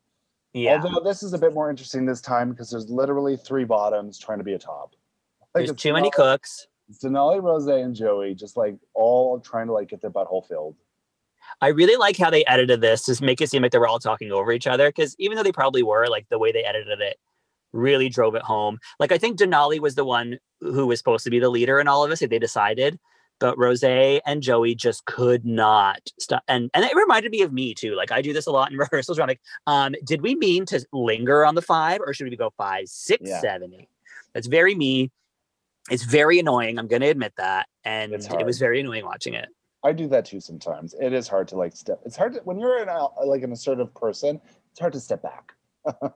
Speaker 3: Yeah.
Speaker 2: Although this is a bit more interesting this time because there's literally three bottoms trying to be a top.
Speaker 3: There's
Speaker 2: it's
Speaker 3: too many
Speaker 2: Denali-
Speaker 3: cooks.
Speaker 2: it's Denali, Rose, and Joey just like all trying to like get their butthole filled.
Speaker 3: I really like how they edited this to make it seem like they were all talking over each other. Cause even though they probably were, like the way they edited it really drove it home. Like I think Denali was the one who was supposed to be the leader in all of this, if they decided. But Rose and Joey just could not stop. And and it reminded me of me too. Like I do this a lot in <laughs> rehearsals where I'm like, um, did we mean to linger on the five or should we go five, six, seven, eight?
Speaker 2: Yeah.
Speaker 3: That's very me. It's very annoying. I'm gonna admit that. And
Speaker 2: It's
Speaker 3: it was
Speaker 2: hard.
Speaker 3: very annoying watching it.
Speaker 2: I do that too sometimes. It is hard to like step. It's hard to, when you're an uh, like an assertive person. It's hard to step back. <laughs> but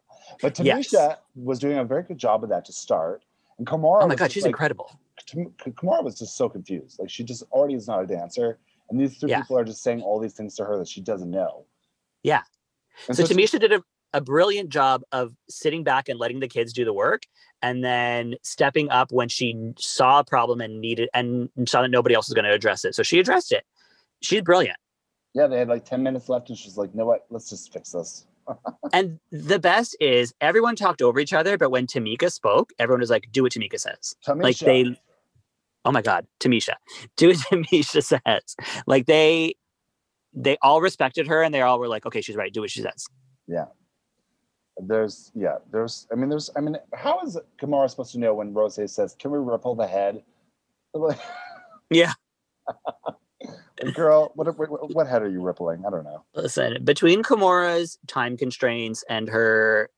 Speaker 2: Tanisha
Speaker 3: Yes.
Speaker 2: was doing a very good job of that to start, and Kamara.
Speaker 3: Oh my
Speaker 2: was
Speaker 3: god,
Speaker 2: just
Speaker 3: she's
Speaker 2: like,
Speaker 3: incredible.
Speaker 2: Tam- Kamara was just so confused. Like she just already is not a dancer, and these three
Speaker 3: Yeah.
Speaker 2: people are just saying all these things to her that she doesn't know.
Speaker 3: Yeah.
Speaker 2: And
Speaker 3: so
Speaker 2: so, she-
Speaker 3: Tamisha did a, a brilliant job of sitting back and letting the kids do the work and then stepping up when she n- saw a problem and needed and saw that nobody else was going to address it. So she addressed it. She's brilliant.
Speaker 2: yeah, they had like ten minutes left, and she's like, "No, what? Let's just fix this."
Speaker 3: And the best is everyone talked over each other, but when Tamika spoke, everyone was like, do what Tamika says.
Speaker 2: Tamisha,
Speaker 3: Like they Oh my God, Tamisha. Do what <laughs> Tamisha says. Like they they all respected her and they all were like, okay, she's right, do what she says.
Speaker 2: there's yeah, there's. I mean, there's. I mean, how is Kamara supposed to know when Rose says, "Can we ripple the head?" <laughs> Like,
Speaker 3: Yeah.
Speaker 2: Girl, what, what what head are you rippling? I don't know.
Speaker 3: Listen, between Kimura's time constraints and her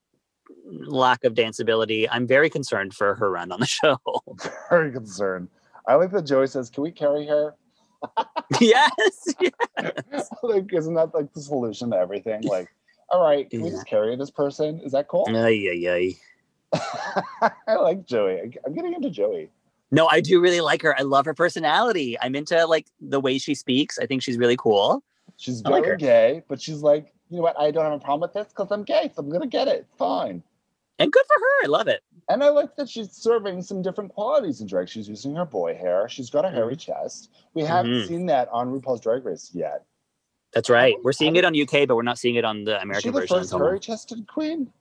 Speaker 3: lack of danceability, I'm very concerned for her run on the <laughs> show.
Speaker 2: Very concerned. I like that Joey says, "Can we carry
Speaker 3: <laughs>
Speaker 2: her?" <laughs>
Speaker 3: yes. <laughs> yeah.
Speaker 2: like, isn't that like the solution to everything? Like, all right, can we
Speaker 3: Yeah.
Speaker 2: just carry this person? Is that cool?
Speaker 3: Ay, ay, ay.
Speaker 2: <laughs> I like Joey. I- I'm getting into Joey.
Speaker 3: No, I do really like her. I love her personality. I'm into like the way she speaks. I think she's really cool.
Speaker 2: She's
Speaker 3: I like
Speaker 2: very
Speaker 3: her.
Speaker 2: gay, but she's like, you know what? I don't have a problem with this because I'm gay, so I'm gonna get it. Fine.
Speaker 3: And good for her. I love it.
Speaker 2: And I like that she's serving some different qualities in drag. She's using her boy hair. She's got a hairy
Speaker 3: Mm-hmm.
Speaker 2: chest. We haven't
Speaker 3: Mhm.
Speaker 2: seen that on RuPaul's Drag Race yet.
Speaker 3: That's right. We're seeing it on UK, but we're not seeing it on the American
Speaker 2: is she the
Speaker 3: version.
Speaker 2: first
Speaker 3: It's almost-
Speaker 2: hairy chested queen?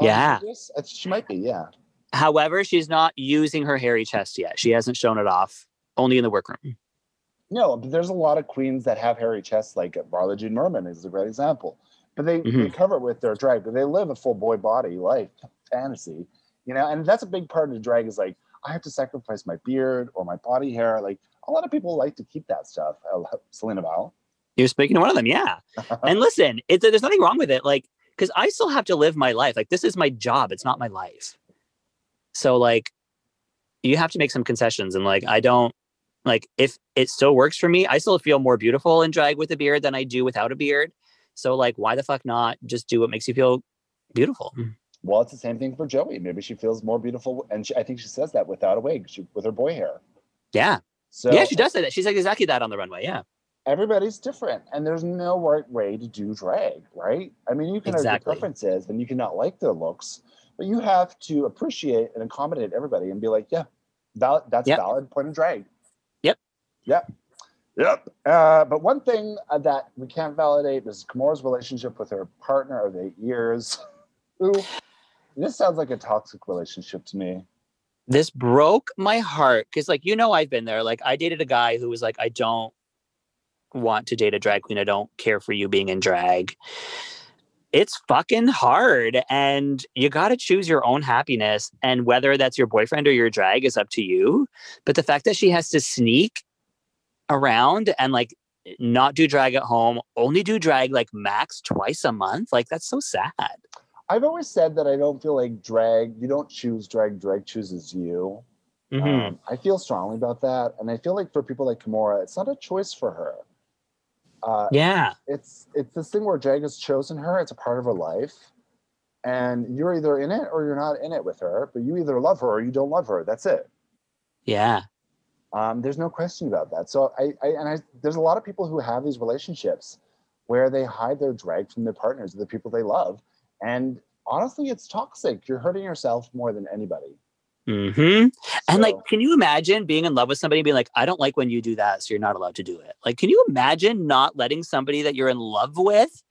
Speaker 3: Yeah.
Speaker 2: she is? Uh, She might be, yeah.
Speaker 3: However, she's not using her hairy chest yet. She hasn't shown it off, only in the workroom.
Speaker 2: No, but there's a lot of queens that have hairy chests, like Marla Jean Merman is a great example. But they, they
Speaker 3: Mhm.
Speaker 2: cover it with their drag, but they live a full boy body life, fantasy, you know. And that's a big part of the drag is like I have to sacrifice my beard or my body hair. Like a lot of people like to keep that stuff. I love Selena Val.
Speaker 3: You're speaking to one of them, yeah. and listen, it, there's nothing wrong with it, like because I still have to live my life. Like this is my job; it's not my life. So like, you have to make some concessions, and like I don't like if it still works for me. I still feel more beautiful in drag with a beard than I do without a beard. So like, why the fuck not just do what makes you feel beautiful?
Speaker 2: Well, it's the same thing for Joey. Maybe she feels more beautiful, and she, I think she says that without a wig, she, with her boy hair.
Speaker 3: Yeah,
Speaker 2: So
Speaker 3: yeah, she does say that. She's like exactly that on the runway. Yeah,
Speaker 2: everybody's different and there's no right way to do drag, right? I mean, you can have your
Speaker 3: Exactly.
Speaker 2: preferences and you cannot like their looks, but you have to appreciate and accommodate everybody and be like, yeah, val- that's
Speaker 3: Yep.
Speaker 2: valid point of drag.
Speaker 3: Yep.
Speaker 2: Yep. Yep. Uh, but one thing uh, that we can't validate is Kimura's relationship with her partner of eight years. <laughs> Who, this sounds like a toxic relationship to me.
Speaker 3: this broke my heart because like you know i've been there like i dated a guy who was like i don't want to date a drag queen i don't care for you being in drag it's fucking hard and you got to choose your own happiness and whether that's your boyfriend or your drag is up to you but the fact that she has to sneak around and like not do drag at home only do drag like max twice a month like that's so sad
Speaker 2: I've always said that I don't feel like drag, you don't choose drag, drag chooses you.
Speaker 3: Mm-hmm.
Speaker 2: Um, I feel strongly about that, and I feel like for people like Kimura, it's not a choice for her. Uh,
Speaker 3: yeah
Speaker 2: it's it's this thing where drag has chosen her; it's a part of her life, and you're either in it or you're not in it with her. But you either love her or you don't love her. That's it.
Speaker 3: yeah
Speaker 2: Um, there's no question about that. So I, I and I there's a lot of people who have these relationships where they hide their drag from their partners, the people they love, and honestly, it's toxic. You're hurting yourself more than anybody.
Speaker 3: hmm And like,
Speaker 2: So-
Speaker 3: can you imagine being in love with somebody and being like, I don't like when you do that, so you're not allowed to do it? Like, can you imagine not letting somebody that you're in love with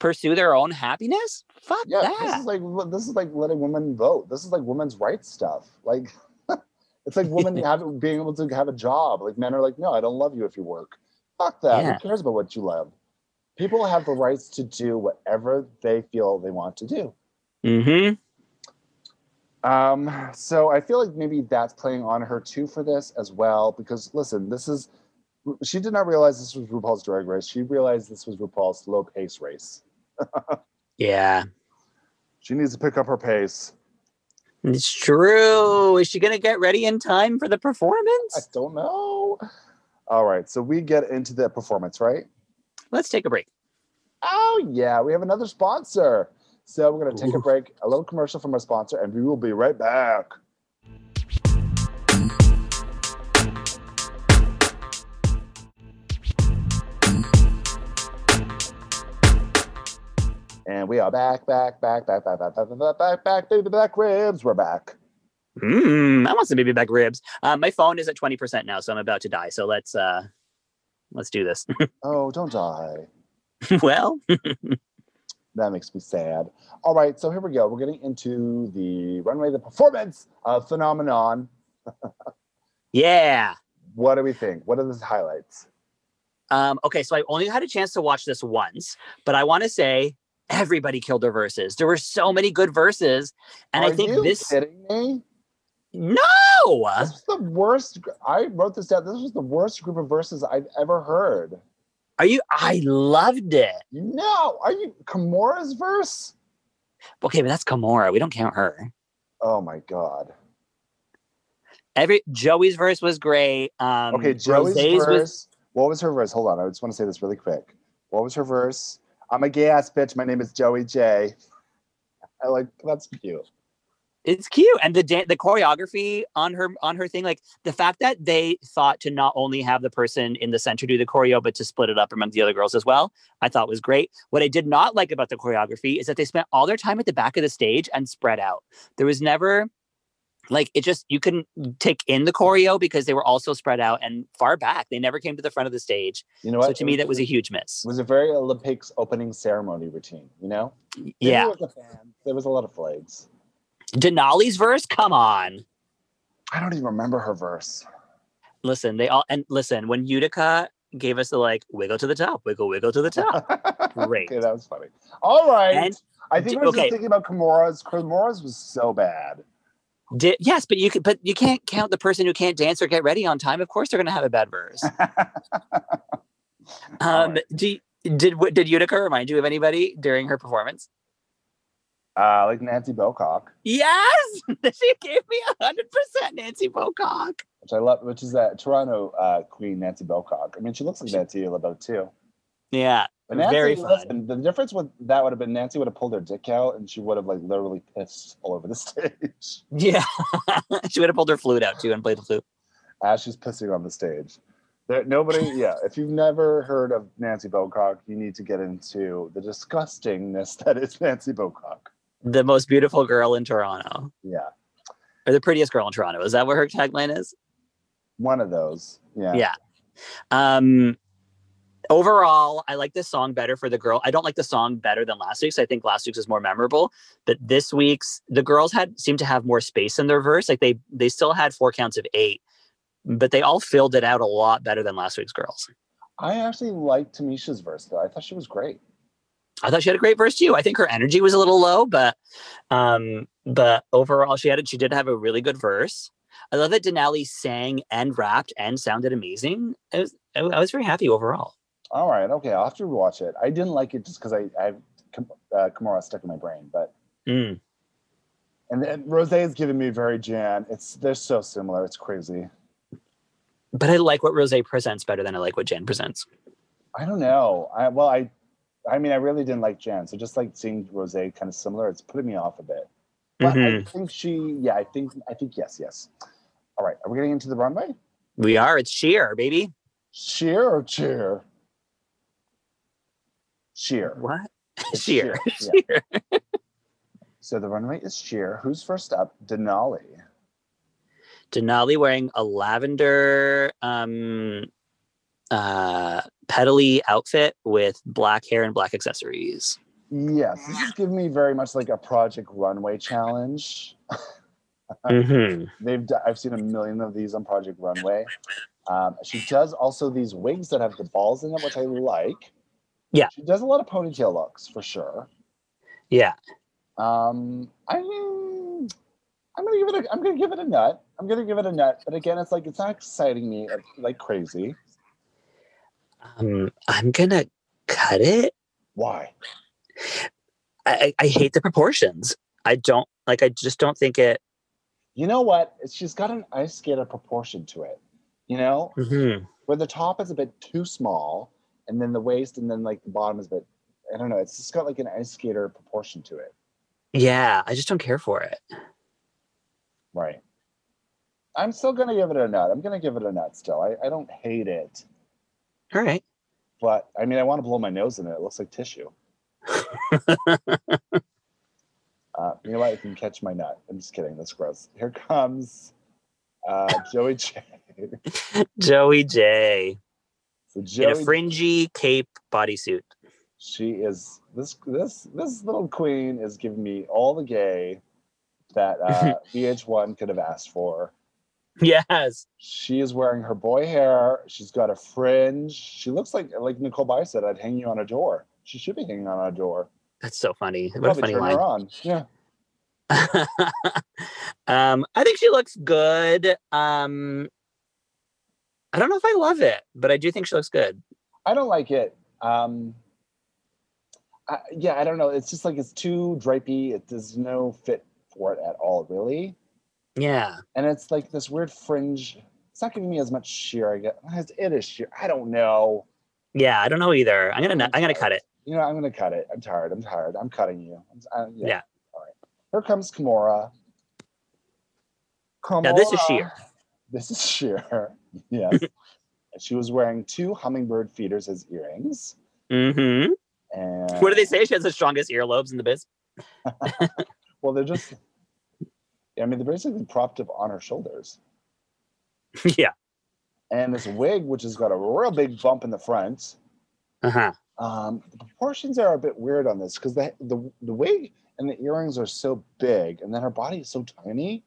Speaker 3: pursue their own happiness? Fuck
Speaker 2: Yeah, this
Speaker 3: that.
Speaker 2: is like this is like letting women vote. This is like women's rights stuff. Like <laughs> it's like
Speaker 3: <laughs>
Speaker 2: women have, being able to have a job. Like men are like, no, I don't love you if you work. Fuck that.
Speaker 3: Yeah.
Speaker 2: Who cares about what you love? People have the rights to do whatever they feel they want to do.
Speaker 3: Mm-hmm.
Speaker 2: Um, so I feel like maybe that's playing on her too for this as well. Because listen, this is she did not realize this was RuPaul's Drag Race. She realized this was RuPaul's low pace race.
Speaker 3: Yeah,
Speaker 2: She needs to pick up her pace.
Speaker 3: it's true. Is she gonna get ready in time for the
Speaker 2: I
Speaker 3: performance?
Speaker 2: don't know. All right, so we get into the performance, right?
Speaker 3: Let's take a break.
Speaker 2: Oh yeah, we have another sponsor. So we're gonna take a
Speaker 3: Ooh.
Speaker 2: break, a little commercial from our sponsor, and we will be right back. And we are back, back, back, back, back, back, back, back, back, back, baby back ribs. We're back.
Speaker 3: Mm, I want some baby back ribs. Uh, my phone is at twenty percent now, so I'm about to die. So let's uh, let's do this. <laughs>
Speaker 2: Oh, don't die.
Speaker 3: well,
Speaker 2: That makes me sad. All right, so here we go. We're getting into the runway, the performance of Phenomenon.
Speaker 3: yeah.
Speaker 2: What do we think? What are the highlights?
Speaker 3: Um, okay, so I only had a chance to watch this once, but I want to say everybody killed their verses. There were so many good verses, and
Speaker 2: Are
Speaker 3: I think
Speaker 2: you
Speaker 3: this.
Speaker 2: kidding me?
Speaker 3: No,
Speaker 2: This is the worst. gr- I wrote this down. This was the worst group of verses I've ever heard.
Speaker 3: are you? I loved it.
Speaker 2: No, are you Kimura's verse?
Speaker 3: Okay, but that's Kamora. We don't count her.
Speaker 2: Oh my god.
Speaker 3: Every Joey's verse was great. Um,
Speaker 2: Okay, Joey's
Speaker 3: Rosé's
Speaker 2: verse.
Speaker 3: was
Speaker 2: What was her verse? Hold on, I just want to say this really quick. What was her verse? I'm a gay ass bitch. My name is Joey J. I like that's cute.
Speaker 3: it's cute and the dan the choreography on her on her thing like the fact that they thought to not only have the person in the center do the choreo but to split it up among the other girls as well i thought was great what i did not like about the choreography is that they spent all their time at the back of the stage and spread out there was never like it just you couldn't take in the choreo because they were also spread out and far back they never came to the front of the stage
Speaker 2: You know what?
Speaker 3: so to me that was a huge miss
Speaker 2: It was a very Olympics opening ceremony routine, you know? Maybe
Speaker 3: yeah
Speaker 2: it was a fan. There was a lot of flags.
Speaker 3: denali's verse come on
Speaker 2: I don't even remember her verse.
Speaker 3: listen, they all and listen, when Utica gave us the like wiggle to the top, wiggle, wiggle to the
Speaker 2: <laughs>
Speaker 3: top. Great.
Speaker 2: okay, that was funny. All right.
Speaker 3: And
Speaker 2: I think I was
Speaker 3: okay.
Speaker 2: just thinking about Kimura's. Kimura's was so bad.
Speaker 3: did yes, but you could but you can't count the person who can't dance or get ready on time. Of course they're gonna have a bad verse. Um
Speaker 2: Alright.
Speaker 3: do you- did what did Utica remind you of anybody during her performance?
Speaker 2: Uh, like Nancy Bocock,
Speaker 3: Yes, <laughs> she gave me hundred percent Nancy Bocock.
Speaker 2: which I love, which is that Toronto uh, queen, Nancy Bocock. I mean, she looks like Nancy a little bit too.
Speaker 3: Yeah,
Speaker 2: But Nancy,
Speaker 3: very
Speaker 2: listen,
Speaker 3: fun.
Speaker 2: the difference with that would have been Nancy would have pulled her dick out and she would have like literally pissed all over the <laughs> stage
Speaker 3: Yeah, <laughs> she would have pulled her flute out too and played the flute.
Speaker 2: as she's pissing on the stage. There, nobody,
Speaker 3: <laughs>
Speaker 2: yeah. If you've never heard of Nancy Bocock, you need to get into the disgustingness that is Nancy Bocock.
Speaker 3: The most beautiful girl in Toronto,
Speaker 2: Yeah,
Speaker 3: or the prettiest girl in Toronto. Is that what her tagline is?
Speaker 2: one of those. Yeah.
Speaker 3: Yeah. Um overall, I like this song better for the girl. I don't like the song better than last week's. I think last week's is more memorable, but this week's the girls had seemed to have more space in their verse. Like they they still had four counts of 8, but they all filled it out a lot better than last week's girls.
Speaker 2: I actually liked Tamisha's verse though. I thought she was great.
Speaker 3: I thought she had a great verse too. I think her energy was a little low, but um but overall she had it she did have a really good verse. I love that Denali sang and rapped and sounded amazing. I was I I was very happy overall.
Speaker 2: All right, okay. I'll have to rewatch it. I didn't like it just because I, I Kim- uh, Kimura stuck in my brain, but
Speaker 3: Mm.
Speaker 2: and, and Rose has given me very Jan. It's they're so similar. It's crazy.
Speaker 3: but I like what Rose presents better than I like what Jan presents.
Speaker 2: I don't know. I well, I, I mean, I really didn't like Jan. So just like seeing Rose kind of similar, it's putting me off a bit. But I
Speaker 3: Mhm.
Speaker 2: think she, yeah, I think, I think yes, yes. All right, are we getting into the runway?
Speaker 3: We are. It's sheer, baby.
Speaker 2: Sheer or cheer? Sheer.
Speaker 3: <laughs> What?
Speaker 2: It's
Speaker 3: sheer.
Speaker 2: sheer,
Speaker 3: <laughs> Sheer.
Speaker 2: So the runway is sheer. Who's first up? Denali.
Speaker 3: Denali wearing a lavender um uh petally outfit with black hair and black accessories.
Speaker 2: Yes, this is giving me very much like a Project Runway challenge.
Speaker 3: Mm-hmm.
Speaker 2: They've d- I've seen a million of these on Project Runway. Um, she does also these wigs that have the balls in it, which I like.
Speaker 3: Yeah.
Speaker 2: she does a lot of ponytail looks for sure.
Speaker 3: Yeah.
Speaker 2: Um, I mean, I'm gonna give it. A, I'm gonna give it a nut. I'm gonna give it a nut. But again, it's like it's not exciting me like crazy.
Speaker 3: Um, I'm gonna cut it.
Speaker 2: Why?
Speaker 3: I, I I hate the proportions. I don't like I just don't think it
Speaker 2: You know what? She's got an ice skater proportion to it. You know,
Speaker 3: Mhm.
Speaker 2: where the top is a bit too small and then the waist and then like the bottom is a bit i don't know it's just got like an ice skater proportion to it
Speaker 3: yeah, I just don't care for it.
Speaker 2: right i'm still gonna give it a nut i'm gonna give it a nut still i, I don't hate it
Speaker 3: All right.
Speaker 2: but i mean i want to blow my nose in it it looks like tissue Uh, you know what? You can catch my nut. I'm just kidding. That's gross. Here comes uh, Joey J.
Speaker 3: Joey J
Speaker 2: <laughs> So
Speaker 3: in a
Speaker 2: Joey,
Speaker 3: fringy cape bodysuit. <laughs>
Speaker 2: she is this this this little queen is giving me all the gay that
Speaker 3: <laughs>
Speaker 2: uh, VH1 could have asked for.
Speaker 3: Yes.
Speaker 2: She is wearing her boy hair. She's got a fringe. She looks like like Nicole Byer said. I'd hang you on a door. She should be hanging on a door.
Speaker 3: That's so funny. What a
Speaker 2: Probably
Speaker 3: funny
Speaker 2: turn
Speaker 3: line.
Speaker 2: her on. Yeah.
Speaker 3: <laughs> um, I think she looks good. Um, I don't know if I love it, but I do think she looks good.
Speaker 2: I don't like it. Um, I, yeah, I don't know. It's just like it's too drapey. It there's no fit for it at all, really.
Speaker 3: Yeah.
Speaker 2: And it's like this weird fringe. It's not giving me as much sheer. I guess It's- it is sheer. I don't know.
Speaker 3: Yeah. I don't know either. I'm gonna. I'm gonna cut it.
Speaker 2: You know, I'm gonna cut it. I'm tired. I'm tired. I'm cutting you. I'm, I, yeah.
Speaker 3: Yeah.
Speaker 2: All right. Here comes Kimora. Kimora.
Speaker 3: Now this is sheer.
Speaker 2: This is sheer. <laughs>
Speaker 3: <laughs>
Speaker 2: Yes. And she was wearing two hummingbird feeders as earrings.
Speaker 3: Mm-hmm.
Speaker 2: And
Speaker 3: What do they say? She has the strongest earlobes in the biz.
Speaker 2: Well, they're just. I mean, they're basically propped up on her shoulders,
Speaker 3: <laughs> yeah.
Speaker 2: and this wig, which has got a real big bump in the front.
Speaker 3: Uh huh.
Speaker 2: Um, the proportions are a bit weird on this because the, the the wig and the earrings are so big, and then her body is so tiny.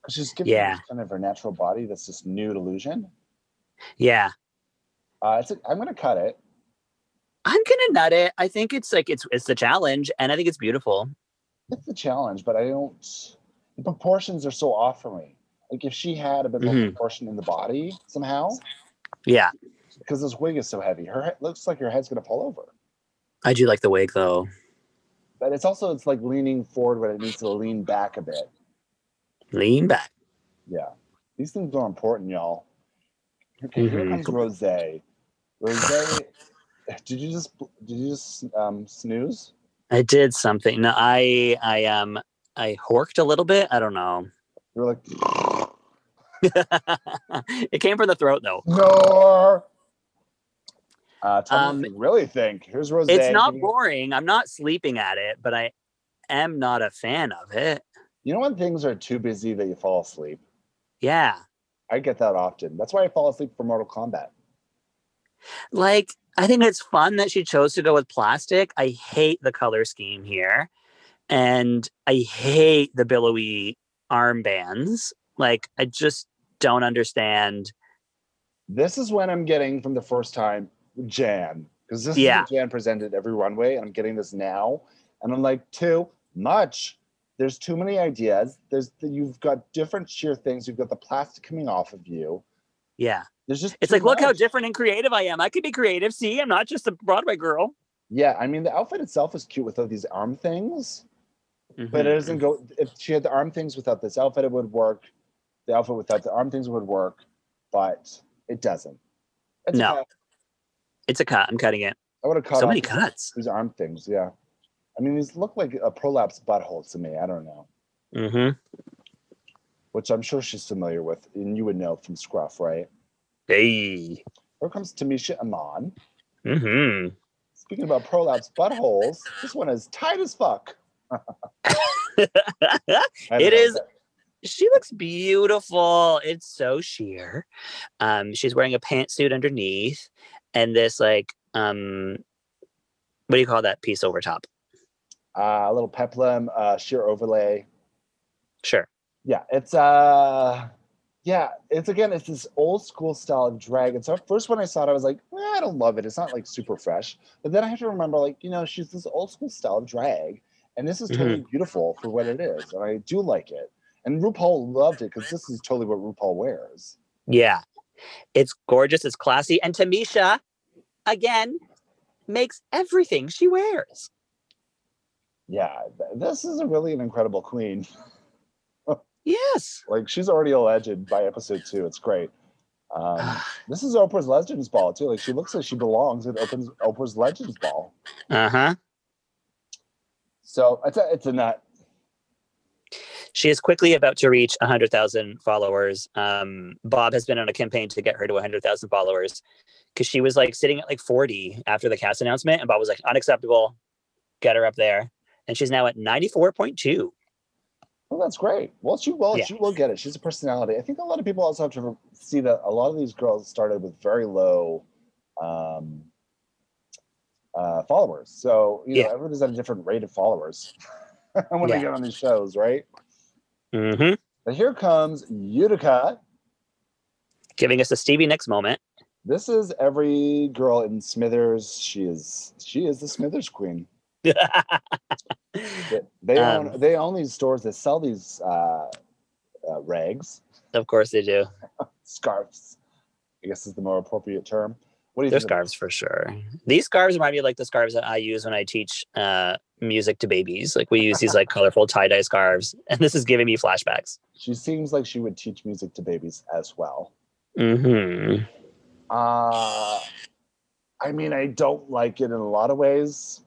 Speaker 2: Because she's giving
Speaker 3: Yeah.
Speaker 2: us kind of her natural body. That's this nude illusion.
Speaker 3: Yeah.
Speaker 2: Uh, it's I'm gonna cut it.
Speaker 3: I'm gonna nut it. I think it's like it's it's the challenge, and I think it's beautiful.
Speaker 2: It's a challenge, but I don't. The proportions are so off for me. Like if she had a bit more
Speaker 3: Mhm.
Speaker 2: proportion in the body somehow,
Speaker 3: Yeah,
Speaker 2: because this wig is so heavy, her head looks like her head's gonna fall over.
Speaker 3: I do like the wig though.
Speaker 2: but it's also it's like leaning forward when it needs to lean back a bit.
Speaker 3: Lean back.
Speaker 2: Yeah, these things are important, y'all. Okay, here
Speaker 3: Mhm.
Speaker 2: comes Rose. Rose, <sighs> did you just did you just um, snooze?
Speaker 3: I did something. No, I I um I horked a little bit. I don't know.
Speaker 2: You're like
Speaker 3: <laughs> it came from the throat though.
Speaker 2: snore. Uh, tell me
Speaker 3: Um,
Speaker 2: what you really think. Here's Rose.
Speaker 3: It's not boring. I'm not sleeping at it, but I am not a fan of it.
Speaker 2: You know when things are too busy that you fall asleep.
Speaker 3: Yeah.
Speaker 2: I get that often. That's why I fall asleep for Mortal Kombat.
Speaker 3: Like I think it's fun that she chose to go with plastic. I hate the color scheme here. And I hate the billowy armbands. Like I just don't understand
Speaker 2: This is when I'm getting from the first time Jan because this
Speaker 3: Yeah.
Speaker 2: is what Jan presented every runway, and I'm getting this now, and I'm like too much. There's too many ideas. There's you've got different sheer things. You've got the plastic coming off of you.
Speaker 3: Yeah.
Speaker 2: There's just
Speaker 3: It's
Speaker 2: too
Speaker 3: like, look how
Speaker 2: much.
Speaker 3: different and creative I am. I could be creative. See, I'm not just a Broadway girl.
Speaker 2: yeah. I mean, the outfit itself is cute without these arm things,
Speaker 3: Mm-hmm.
Speaker 2: but it doesn't go. If she had the arm things without this outfit, it would work. The outfit without the arm things would work, but it doesn't. It's
Speaker 3: No.
Speaker 2: cut.
Speaker 3: It's a cut. I'm cutting it.
Speaker 2: I would have cut
Speaker 3: so
Speaker 2: off
Speaker 3: many
Speaker 2: the-
Speaker 3: cuts.
Speaker 2: These arm things, yeah. I mean, these look like a prolapse butthole to me. I don't know,
Speaker 3: hmm
Speaker 2: which I'm sure she's familiar with, and you would know from Scruff, right?
Speaker 3: Hey.
Speaker 2: Here comes Tamisha Amon.
Speaker 3: hmm
Speaker 2: Speaking about prolapse buttholes, this one is tight as fuck. I don't
Speaker 3: It
Speaker 2: know,
Speaker 3: is-
Speaker 2: but
Speaker 3: <laughs> She looks beautiful. It's so sheer. Um, she's wearing a pantsuit underneath and this like um what do you call that piece over top?
Speaker 2: uh, a little peplum, uh, sheer overlay.
Speaker 3: Sure.
Speaker 2: Yeah, it's uh, yeah, it's again, it's this old school style of drag. And so at first when I saw it, I was like, eh, I don't love it. It's not like super fresh. But then I have to remember, like, you know, she's this old school style of drag, and this is totally beautiful for what it is, and I do like it. And RuPaul loved it because this is totally what RuPaul wears.
Speaker 3: Yeah. It's gorgeous. It's classy. And Tamisha, again, makes everything she wears.
Speaker 2: Yeah, th- this is a really an incredible queen. <laughs>
Speaker 3: Yes.
Speaker 2: Like she's already a legend by episode two. It's great.
Speaker 3: <sighs>
Speaker 2: Um, this is Oprah's Legends Ball too. Like she looks like she belongs at Oprah's, Oprah's Legends Ball.
Speaker 3: Uh huh.
Speaker 2: So it's a, it's a nut.
Speaker 3: She is quickly about to reach 100,000 followers. Um, Bob has been on a campaign to get her to 100,000 followers because she was like sitting at like 40 after the cast announcement. And Bob was like, unacceptable. get her up there. And she's now at 94.2.
Speaker 2: Well, that's great. Well, she will.
Speaker 3: Yeah.
Speaker 2: She will get it. She's a personality. I think a lot of people also have to see that a lot of these girls started with very low um, uh, followers. So you
Speaker 3: Yeah.
Speaker 2: know, everybody's at a different rate of followers <laughs> when they
Speaker 3: Yeah.
Speaker 2: get on these shows, right?
Speaker 3: Mm-hmm.
Speaker 2: But here comes Utica.
Speaker 3: Giving us a Stevie Nicks <laughs> moment.
Speaker 2: This is every girl in Smithers. She is. She is the Smithers queen. They, they
Speaker 3: Um,
Speaker 2: own. They own these stores that sell these uh, uh, rags.
Speaker 3: of course they do.
Speaker 2: scarves. I guess is the more appropriate term. What do you
Speaker 3: They're
Speaker 2: think? about-
Speaker 3: scarves for sure. These scarves remind me of like the scarves that I use when I teach uh, music to babies. Like we use these like colorful tie dye scarves, and this is giving me flashbacks.
Speaker 2: She seems like she would teach music to babies as well.
Speaker 3: Mm-hmm.
Speaker 2: Uh, I mean, I don't like it in a lot of ways,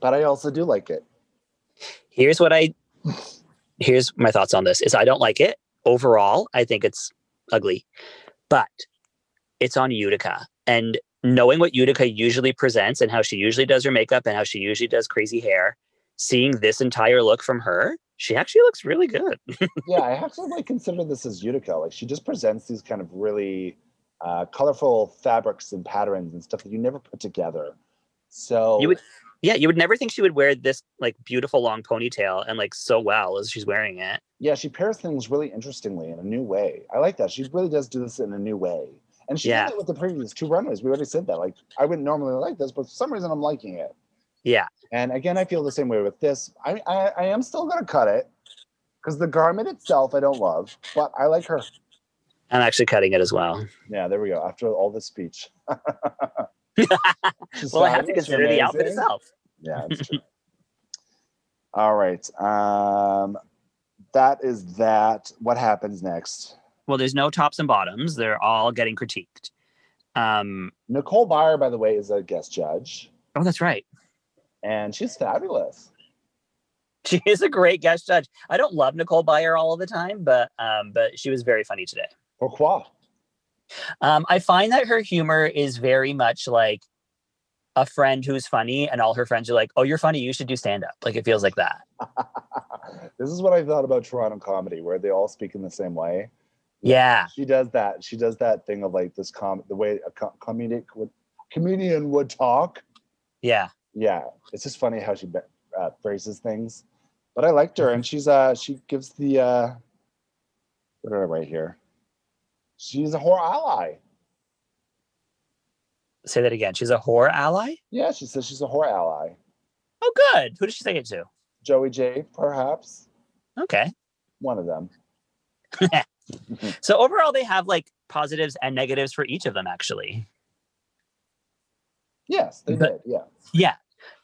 Speaker 2: but I also do like
Speaker 3: <laughs>
Speaker 2: it.
Speaker 3: Here's what I. Here's my thoughts on this: is I don't like it overall. I think it's ugly, but it's on Utica, and knowing what Utica usually presents and how she usually does her makeup and how she usually does crazy hair, seeing this entire look from her, she actually looks really good.
Speaker 2: yeah, I have to like consider this as Utica. Like she just presents these kind of really uh, colorful fabrics and patterns and stuff that you never put together. So
Speaker 3: You would- Yeah, you would never think she would wear this like beautiful long ponytail and like so well as she's wearing it.
Speaker 2: yeah, she pairs things really interestingly in a new way. I like that. She really does do this in a new way. And she
Speaker 3: Yeah.
Speaker 2: did that with the previous two runways. We already said that. Like, I wouldn't normally like this, but for some reason I'm liking it.
Speaker 3: Yeah.
Speaker 2: And again, I feel the same way with this. I I, I am still gonna cut it because the garment itself I don't love, but I like her.
Speaker 3: I'm actually cutting it as well.
Speaker 2: Yeah, there we go. After all this
Speaker 3: <laughs>
Speaker 2: speech. She's
Speaker 3: Well, I have to
Speaker 2: fabulous,
Speaker 3: consider the outfit
Speaker 2: amazing.
Speaker 3: itself.
Speaker 2: Yeah, that's true. all right. Um, that is that. What happens next?
Speaker 3: Well, there's no tops and bottoms. They're all getting critiqued. Um,
Speaker 2: Nicole Byer, by the way, is a guest judge,
Speaker 3: oh, that's right.
Speaker 2: and she's fabulous.
Speaker 3: She is a great guest judge. I don't love Nicole Byer all of the time, but um, but she was very funny today.
Speaker 2: Pourquoi?
Speaker 3: Um, I find that her humor is very much like a friend who's funny, and all her friends are like, "Oh, you're funny. You should do stand up." Like it feels like that.
Speaker 2: <laughs> This is what I thought about Toronto comedy, where they all speak in the same way.
Speaker 3: Yeah,
Speaker 2: She does that. She does that thing of like this com the way a co- comedic would comedian would talk.
Speaker 3: yeah.
Speaker 2: Yeah, it's just funny how she be- uh, phrases things. But I liked her, and she's uh she gives the uh, what did I write here? She's a whore ally.
Speaker 3: Say that again. She's a whore ally.
Speaker 2: Yeah, she says she's a whore ally.
Speaker 3: Oh, good. Who did she say it to?
Speaker 2: Joey J, perhaps
Speaker 3: Okay.
Speaker 2: one of them.
Speaker 3: So overall, they have like positives and negatives for each of them, actually.
Speaker 2: Yes, they
Speaker 3: But-
Speaker 2: did. Yeah.
Speaker 3: Yeah.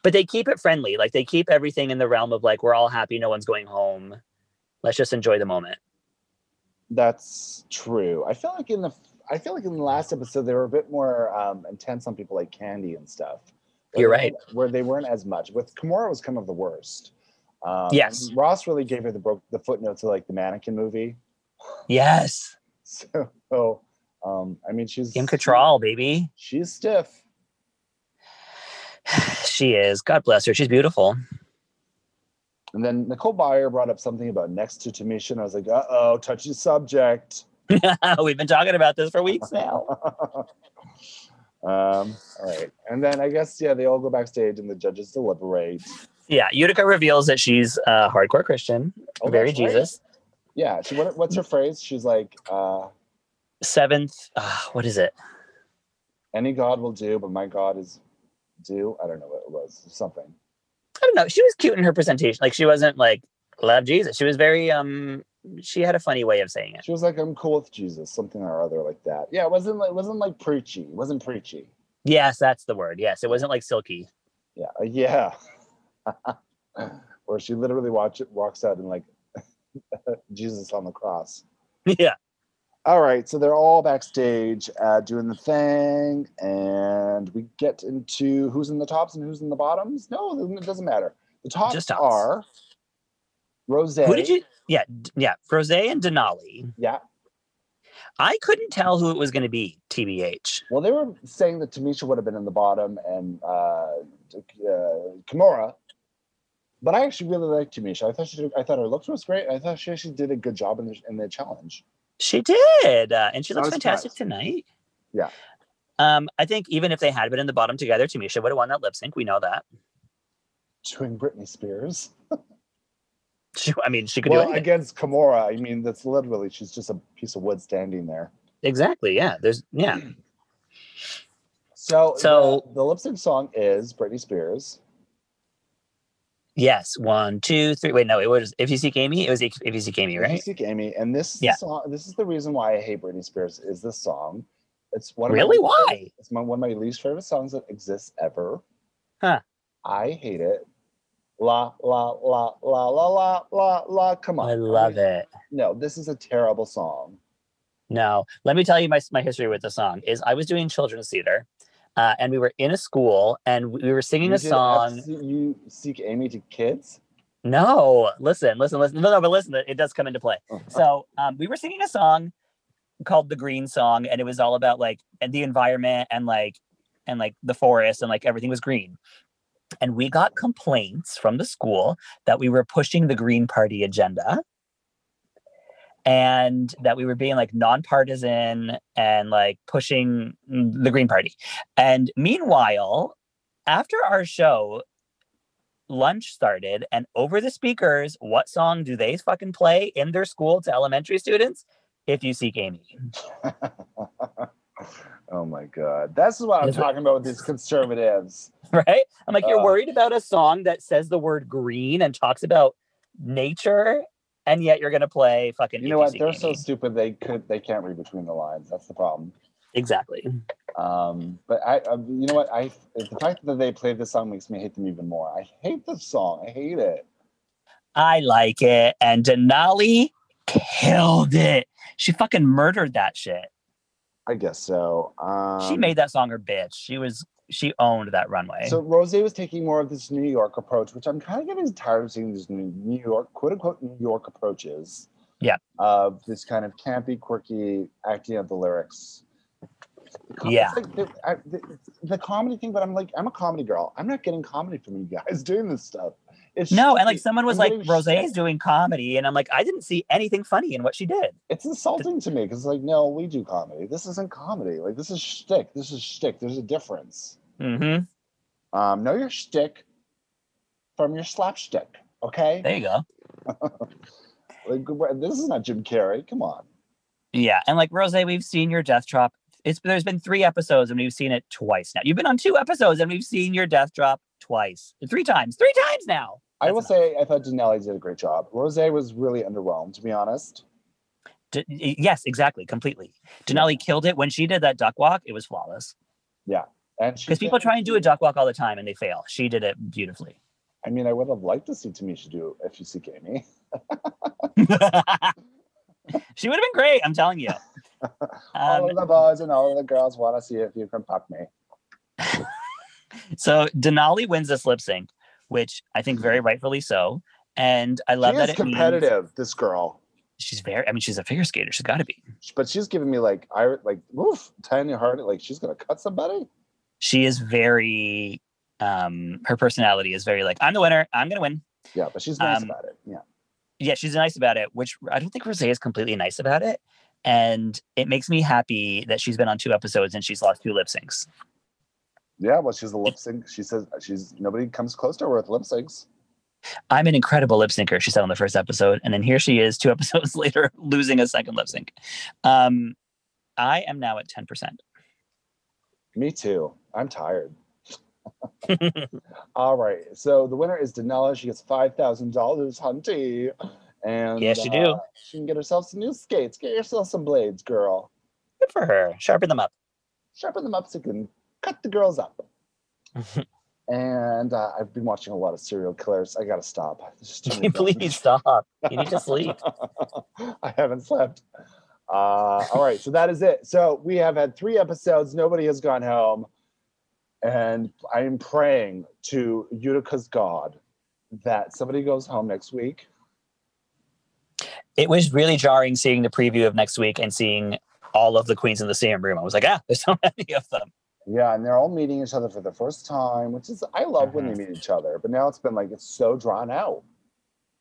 Speaker 3: But they keep it friendly. Like they keep everything in the realm of like, we're all happy. No one's going home. Let's just enjoy the moment.
Speaker 2: That's true. I feel like in the I feel like in the last episode they were a bit more um, intense on people like Candy and stuff. Where
Speaker 3: You're
Speaker 2: they
Speaker 3: right.
Speaker 2: weren't- Where they weren't as much. With Kimura was kind of the worst. Um,
Speaker 3: Yes.
Speaker 2: and Ross really gave her the broke the footnote to like the mannequin movie. <laughs>
Speaker 3: Yes.
Speaker 2: So, um, I mean, she's
Speaker 3: Kim Cattrall, baby.
Speaker 2: She's stiff.
Speaker 3: she is. God bless her. She's beautiful. <laughs>
Speaker 2: And then Nicole Byer brought up something about next to Tamisha, and I was like, uh oh, touchy subject.
Speaker 3: We've been talking about this for weeks now.
Speaker 2: <laughs> um, all right. And then I guess, yeah, they all go backstage and the judges deliberate.
Speaker 3: Yeah. Utica reveals that she's a hardcore Christian,
Speaker 2: Oh,
Speaker 3: very
Speaker 2: that's right.
Speaker 3: Jesus.
Speaker 2: Yeah. She, what, what's her phrase? She's like, uh,
Speaker 3: Seventh, ah, what is it?
Speaker 2: any God will do, but my God is do. I don't know what it was. Something.
Speaker 3: I don't know. She was cute in her presentation. Like she wasn't like love Jesus. She was very um. She had a funny way of saying it.
Speaker 2: She was like, I'm cool with Jesus, something or other like that. Yeah. It wasn't like, it wasn't like preachy. It wasn't preachy.
Speaker 3: Yes, that's the word. Yes, it wasn't like silky. <laughs>
Speaker 2: Yeah. uh, yeah. <laughs> Where she literally watch it, walks out and like <laughs> Jesus on the cross.
Speaker 3: yeah.
Speaker 2: All right, so they're all backstage uh, doing the thing, and we get into who's in the tops and who's in the bottoms. No, then it doesn't matter. The tops,
Speaker 3: Just tops.
Speaker 2: are Rose.
Speaker 3: Who did you? Yeah, d- yeah. Rose and Denali.
Speaker 2: Yeah.
Speaker 3: I couldn't tell who it was going to be. Tbh.
Speaker 2: Well, they were saying that Tamisha would have been in the bottom, and uh, uh, Kimura But I actually really liked Tamisha. I thought she did, I thought her looks was great. I thought she actually did a good job in the, in the challenge.
Speaker 3: She did, uh, and she
Speaker 2: I
Speaker 3: looks
Speaker 2: was
Speaker 3: fantastic tonight.
Speaker 2: Yeah.
Speaker 3: Um, I think even if they had been in the bottom together, Tamisha would have won that lip sync. We know that. <laughs>
Speaker 2: Doing Britney Spears.
Speaker 3: She, I mean, she could do
Speaker 2: Well,
Speaker 3: anything.
Speaker 2: against Kimura, I mean, that's literally, she's just a piece of wood standing there.
Speaker 3: Exactly. Yeah. There's. Yeah.
Speaker 2: So,
Speaker 3: So-
Speaker 2: the, the lip sync song is Britney Spears.
Speaker 3: Yes. One, two, three. Wait, no. It was if you seek Amy. It was if you seek Amy,
Speaker 2: If You
Speaker 3: right?
Speaker 2: Seek Amy. And this,
Speaker 3: Yeah.
Speaker 2: song, this is the reason why I hate Britney Spears is this song. It's one of
Speaker 3: Really?
Speaker 2: My,
Speaker 3: Why?
Speaker 2: It's my, one of my least favorite songs that exists ever.
Speaker 3: Huh.
Speaker 2: I hate it. La la la la la la la la. Come on.
Speaker 3: I love it.
Speaker 2: No, this is a terrible song.
Speaker 3: No, let me tell you my, my history with the song is I was doing children's theater, uh, and we were in a school and we were singing
Speaker 2: You
Speaker 3: a
Speaker 2: did
Speaker 3: song.
Speaker 2: FC you seek Amy to kids. <laughs>
Speaker 3: No, listen, listen, listen. No, no, but listen, it does come into play.
Speaker 2: Oh.
Speaker 3: So um, we were singing a song called "The Green Song," and it was all about like and the environment and like and like the forest and like everything was green. And we got complaints from the school that we were pushing the Green Party agenda and that we were being like nonpartisan and like pushing the Green Party. And meanwhile, after our show, lunch started, and over the speakers, what song do they fucking play in their school to elementary students? If you seek Amy. <laughs>
Speaker 2: oh my god, that's what I'm
Speaker 3: Is it-
Speaker 2: talking about with these conservatives.
Speaker 3: right? I'm like, you're
Speaker 2: Uh.
Speaker 3: worried about a song that says the word green and talks about nature, and yet you're gonna play fucking.
Speaker 2: You
Speaker 3: If
Speaker 2: know what?
Speaker 3: Seek
Speaker 2: They're so
Speaker 3: Amy.
Speaker 2: stupid. They could. They can't read between the lines. That's the problem.
Speaker 3: exactly.
Speaker 2: Um, but I, I, you know what? I the fact that they played this song makes me hate them even more. I hate this song. I hate it.
Speaker 3: I like it, and Denali killed it. She fucking murdered that shit.
Speaker 2: I guess so. Um,
Speaker 3: she made that song her bitch. She was she owned that runway.
Speaker 2: So Rose was taking more of this New York approach, which I'm kind of getting tired of seeing these New New York, quote unquote, New York approaches.
Speaker 3: Yeah.
Speaker 2: Of this kind of campy, quirky acting of the lyrics. It's
Speaker 3: Yeah.
Speaker 2: like the, I, the, the comedy thing, but I'm like, I'm a comedy girl. I'm not getting comedy from you guys <laughs> doing this stuff. It's
Speaker 3: no, and like
Speaker 2: shitty.
Speaker 3: someone was
Speaker 2: I'm
Speaker 3: like,
Speaker 2: getting
Speaker 3: Rose
Speaker 2: shit.
Speaker 3: is doing comedy, and I'm like, I didn't see anything funny in what she did.
Speaker 2: it's insulting to me because it's like, no, we do comedy. This isn't comedy. Like this is shtick. This is shtick. There's a difference.
Speaker 3: Mm-hmm.
Speaker 2: Um, know your shtick from your slapstick. Okay.
Speaker 3: There you go.
Speaker 2: Like wh- this is not Jim Carrey. Come on.
Speaker 3: Yeah, and like Rose, we've seen your death drop. It's there's been three episodes, and we've seen it twice now. You've been on two episodes, and we've seen your death drop twice, three times, three times now.
Speaker 2: I
Speaker 3: That's
Speaker 2: will
Speaker 3: enough.
Speaker 2: say I thought Denali did a great job. Rose was really underwhelmed, to be honest.
Speaker 3: D- y- yes, exactly, completely. Denali killed it when she did that duck walk. It was flawless
Speaker 2: And she
Speaker 3: because people
Speaker 2: did-
Speaker 3: try and do a duck walk all the time and they fail. She did it
Speaker 2: <laughs>
Speaker 3: beautifully.
Speaker 2: I mean, I would have liked to see Tamisha do if you see Amy.
Speaker 3: she would have been great.
Speaker 2: <laughs>
Speaker 3: I'm telling you.
Speaker 2: all
Speaker 3: Um,
Speaker 2: of the boys and all of the girls want to see if you can fuck me.
Speaker 3: so Denali wins this lip sync, which I think very rightfully so. And I love
Speaker 2: she
Speaker 3: that
Speaker 2: is
Speaker 3: it means-
Speaker 2: competitive. This girl.
Speaker 3: she's very. I mean, she's a figure skater. She's got to be.
Speaker 2: but she's giving me like I like oof, tiny heart like she's gonna cut somebody.
Speaker 3: she is very um her personality is very like i'm the winner i'm gonna win
Speaker 2: Yeah, but she's nice
Speaker 3: Um,
Speaker 2: about it. Yeah,
Speaker 3: yeah she's nice about it which i don't think rose is completely nice about it and it makes me happy that she's been on two episodes and she's lost two lip syncs
Speaker 2: yeah. Well, she's a lip sync. She says she's nobody comes close to her with lip syncs.
Speaker 3: i'm an incredible lip syncer she said on the first episode and then here she is two <laughs> episodes later losing a second lip sync um i am now at 10%
Speaker 2: Me too. I'm
Speaker 3: <laughs>
Speaker 2: tired. All right. So the winner is Denella. She gets five thousand dollars, hunty. And uh,
Speaker 3: Yes, you do.
Speaker 2: She can get herself some new skates. Get yourself some blades, girl.
Speaker 3: good for her sharpen them up
Speaker 2: Sharpen them up so you can cut the girls
Speaker 3: <laughs>
Speaker 2: up. and uh, I've been watching a lot of serial killers. I gotta stop. There's just too many films. <laughs>
Speaker 3: please stop you need to sleep
Speaker 2: I haven't slept. Uh, all right, so that is it. So we have had three episodes. Nobody has gone home, and I am praying to Utica's God that somebody goes home next week.
Speaker 3: it was really jarring seeing the preview of next week and seeing all of the queens in the same room. I was like, ah, there's so <laughs> many of them.
Speaker 2: Yeah, and they're all meeting each other for the first time, which is I love when they meet each other. But now it's been like it's so drawn out.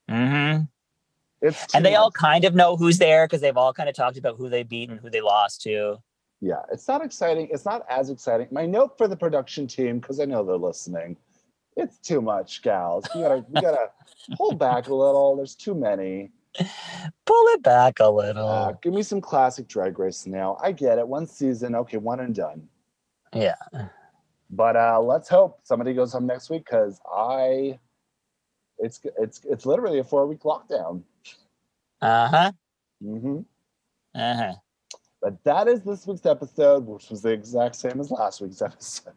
Speaker 3: Mm-hmm.
Speaker 2: It's too
Speaker 3: And they all
Speaker 2: much.
Speaker 3: kind of know who's there because they've all kind of talked about who they beat and who they lost to.
Speaker 2: yeah. It's not exciting. It's not as exciting. My note for the production team because I know they're listening. It's too much, gals. You gotta you gotta pull back a little. There's too many.
Speaker 3: Pull it back a
Speaker 2: Uh,
Speaker 3: little.
Speaker 2: give me some classic Drag Race now. I get it. One season, okay, one and done.
Speaker 3: Yeah.
Speaker 2: But uh, let's hope somebody goes home next week because I, it's it's it's literally a four week lockdown.
Speaker 3: Uh huh.
Speaker 2: hmm
Speaker 3: Uh huh.
Speaker 2: But that is this week's episode, which was the exact same as last week's <laughs> episode.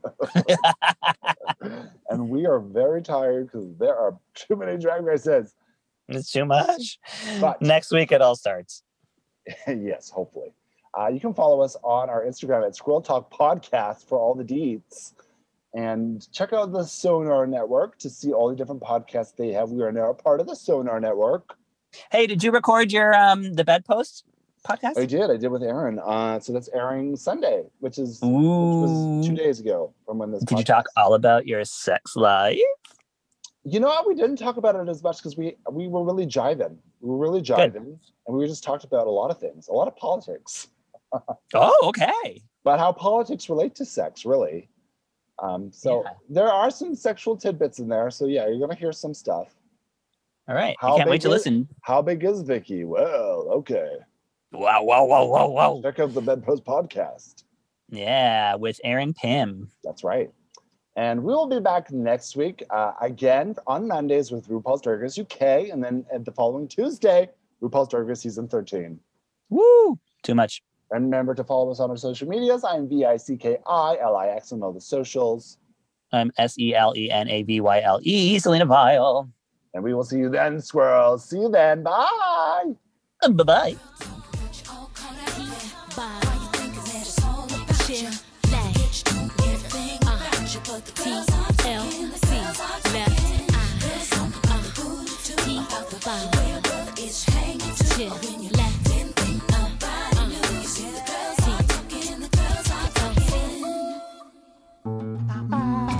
Speaker 2: and we are very tired because there are too many drag races. <laughs>
Speaker 3: It's too much.
Speaker 2: But-
Speaker 3: Next week it all starts.
Speaker 2: yes, hopefully. Uh, you can follow us on our Instagram at Squirrel Talk Podcast for all the deets. And check out the Sonar Network to see all the different podcasts they have. We are now a part of the Sonar Network.
Speaker 3: Hey, did you record your um the bedpost podcast?
Speaker 2: I did. I did with Aaron. Uh, so that's airing Sunday, which is which
Speaker 3: Ooh.
Speaker 2: was two days ago from when this.
Speaker 3: Did you talk all about your sex life?
Speaker 2: You know what? We didn't talk about it as much because we we were really jiving. We were really jiving, and we just talked about a lot of things, a lot of politics,
Speaker 3: Oh, okay.
Speaker 2: about how politics relate to sex, really. Um, so
Speaker 3: Yeah.
Speaker 2: there are some sexual tidbits in there. So yeah, you're gonna hear some stuff.
Speaker 3: All right.
Speaker 2: How
Speaker 3: I can't
Speaker 2: big
Speaker 3: wait to
Speaker 2: is-
Speaker 3: listen.
Speaker 2: How big is Vicky? Well, okay.
Speaker 3: Wow, wow, wow, wow, wow.
Speaker 2: Check out the Bedpost podcast.
Speaker 3: Yeah, with Aaron Pym.
Speaker 2: That's right. And we will be back next week uh, again on Mondays with RuPaul's Drag Race UK, and then at the following Tuesday, RuPaul's Drag Race season 13.
Speaker 3: Woo! Too much.
Speaker 2: And remember to follow us on our social medias. I'm V I C K I L I X on all the socials.
Speaker 3: I'm S E L E N A V Y L E, Selena Vile.
Speaker 2: And we will see you then, squirrels. See you then. Bye.
Speaker 3: Bye bye.
Speaker 4: all caught up in it. Why you think that it's all about you? Bitch, don't give a thing about you, but the girls are talking, the girls are talking. Girls on the booty too, about the way a brother is hanging too. When you laugh, didn't think nobody knew. You see the girls are talking, the girls are talking.